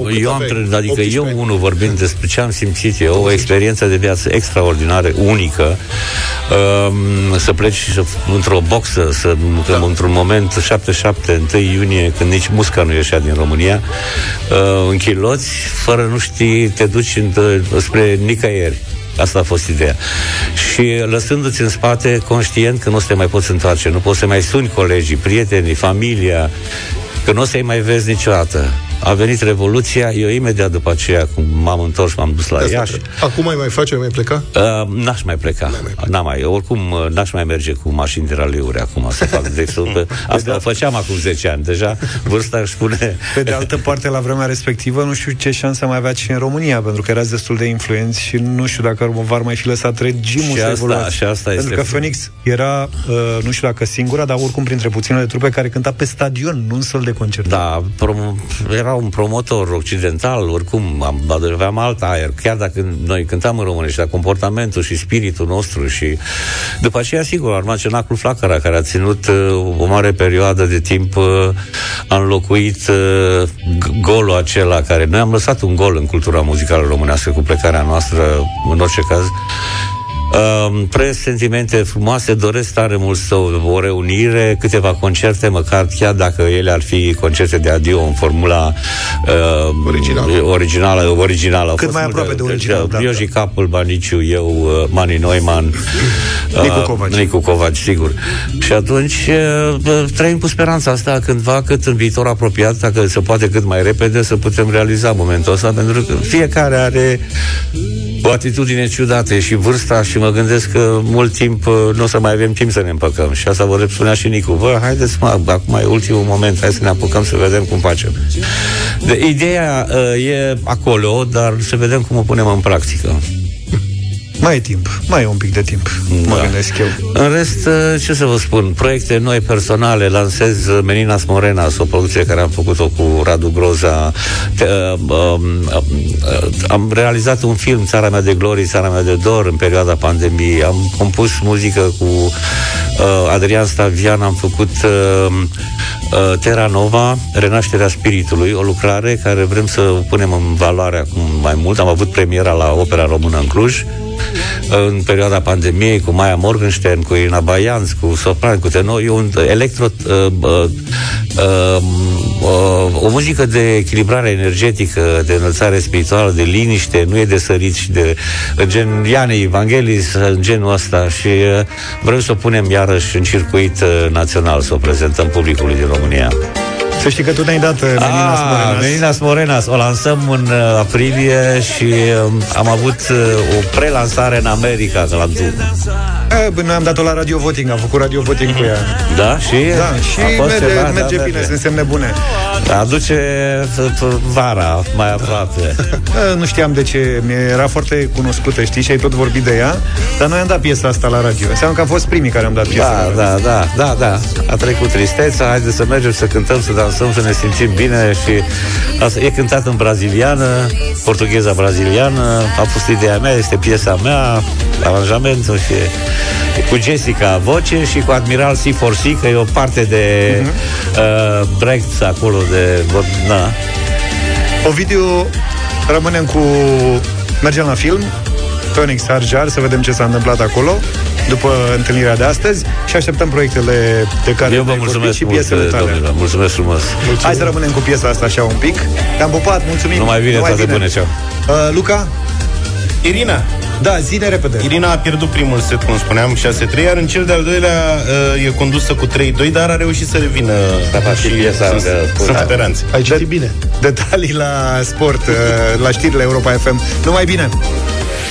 Uh, eu am trăit, adică eu unul vorbind despre ce am simțit eu, o experiență de viață extraordinară, unică, um, să pleci și să, într-o boxă, să da. într-un moment 7-7, 1 iunie, când nici musca nu ieșea din România, uh, în chiloți, fără nu știi, te duci în, uh, spre nicăieri. Asta a fost ideea. Și lăsându-ți în spate, conștient că nu o să te mai poți întoarce, nu poți să mai suni colegii, prietenii, familia, că nu o să-i mai vezi niciodată. A venit Revoluția, eu imediat după aceea, cum m-am întors, m-am dus la Asta Iași, Acum ai mai face, ai mai pleca? Uh, n-aș mai pleca. N-am mai. Eu, oricum, uh, n-aș mai merge cu mașini de raliuri acum să fac de că Asta o făceam acum 10 ani. Deja vârsta își spune... Pe de altă parte, la vremea respectivă, nu știu ce șanse mai avea și în România, pentru că erați destul de influenți și nu știu dacă v-ar mai fi lăsat regimul Și să asta- evoluați. și asta pentru este- că Phoenix era, uh, nu știu dacă singura, dar oricum printre puținele trupe care cânta pe stadion, nu în săl de concert. Da, prom- era un promotor occidental, oricum am, aveam alt aer, chiar dacă noi cântam în românești, dar comportamentul și spiritul nostru și după aceea, sigur, a urmat Cenaclul Flacăra, care a ținut uh, o mare perioadă de timp, uh, a înlocuit uh, g- golul acela care... Noi am lăsat un gol în cultura muzicală românească cu plecarea noastră, în orice caz, Um, presentimente frumoase, doresc tare mult să o, o reunire, câteva concerte, măcar chiar dacă ele ar fi concerte de adio în formula uh, originală. originală, originală. Au Cât fost mai multe- aproape de original, da, Eu da. și capul Baniciu, eu, uh, Mani Neumann, uh, Nicu Covaci. Nicu Covaci, sigur. Și atunci uh, bă, trăim cu speranța asta cândva, cât în viitor apropiat, dacă se poate cât mai repede, să putem realiza momentul ăsta, pentru că fiecare are o atitudine ciudată e și vârsta și mă gândesc că mult timp uh, nu o să mai avem timp să ne împăcăm. Și asta vă spunea și Nicu. Bă, haideți, mă, acum e ultimul moment, hai să ne apucăm să vedem cum facem. De, ideea uh, e acolo, dar să vedem cum o punem în practică. Mai e timp, mai e un pic de timp, da. mă gândesc eu. În rest, uh, ce să vă spun, proiecte noi personale, lansez uh, Meninas Morenas, o producție care am făcut-o cu Radu Groza. Te- uh, um, uh, uh, Am realizat un film, Țara mea de glorii, Țara mea de dor, în perioada pandemiei. Am compus muzică cu uh, Adrian Stavian, am făcut uh, uh, Terra Nova, Renașterea Spiritului, o lucrare care vrem să o punem în valoare acum mai mult. Am avut premiera la Opera Română în Cluj în perioada pandemiei cu Maia Morgenstern, cu Irina Baianz, cu sopran, cu tenor, e un electro... Uh, uh, uh, uh, o muzică de echilibrare energetică, de înălțare spirituală, de liniște, nu e de sărit și de în gen Iane Evanghelis, în genul ăsta și uh, vrem să o punem iarăși în circuit uh, național, să o prezentăm publicului din România. Să știi că tu ne-ai dat uh, Melina Ah, Smorenas. Meninas Morenas. O lansăm în uh, aprilie și uh, am avut uh, o prelansare în America de la Dumnezeu. Eh, bă, Noi am dat-o la Radio Voting, am făcut Radio Voting cu ea. Da, și, Da, și a fost merge, ceva, da, merge bine, sunt semne bune. Aduce f- f- vara mai aproape. Eh, Nu știam de ce, mi era foarte cunoscută, știi, și ai tot vorbit de ea, dar noi am dat piesa asta la radio. Înseamnă că am fost primii care am dat piesa. Da, da, da, da, da. A trecut tristețea, haideți să mergem, să cântăm, să dansăm, să ne simțim bine și asta e cântat în braziliană, portugheza braziliană, a fost ideea mea, este piesa mea, aranjamentul și cu Jessica voce și cu Admiral C4C, că e o parte de Mhm. uh, Brecht acolo de... Na. da. Ovidiu, rămânem cu... Mergem la film, Tonic Sarjar, să vedem ce s-a întâmplat acolo după întâlnirea de astăzi și așteptăm proiectele de care Eu vă ne-ai vorbit mulțumesc și mult, piesele tale. domnilor. Mulțumesc frumos. Hai să rămânem cu piesa asta așa un pic. Te-am pupat, mulțumim. Numai bine, toate bune, ceau. Uh, Luca? Irina. Da, zine repede. Irina a pierdut primul set, cum spuneam, 6-3, iar în cel de-al doilea uh, e condusă cu 3-2, dar a reușit să revină Da, și piesa sunt, de- sunt speranțe. Ai citit bine. Detalii la sport, uh, la știrile Europa FM. Numai bine!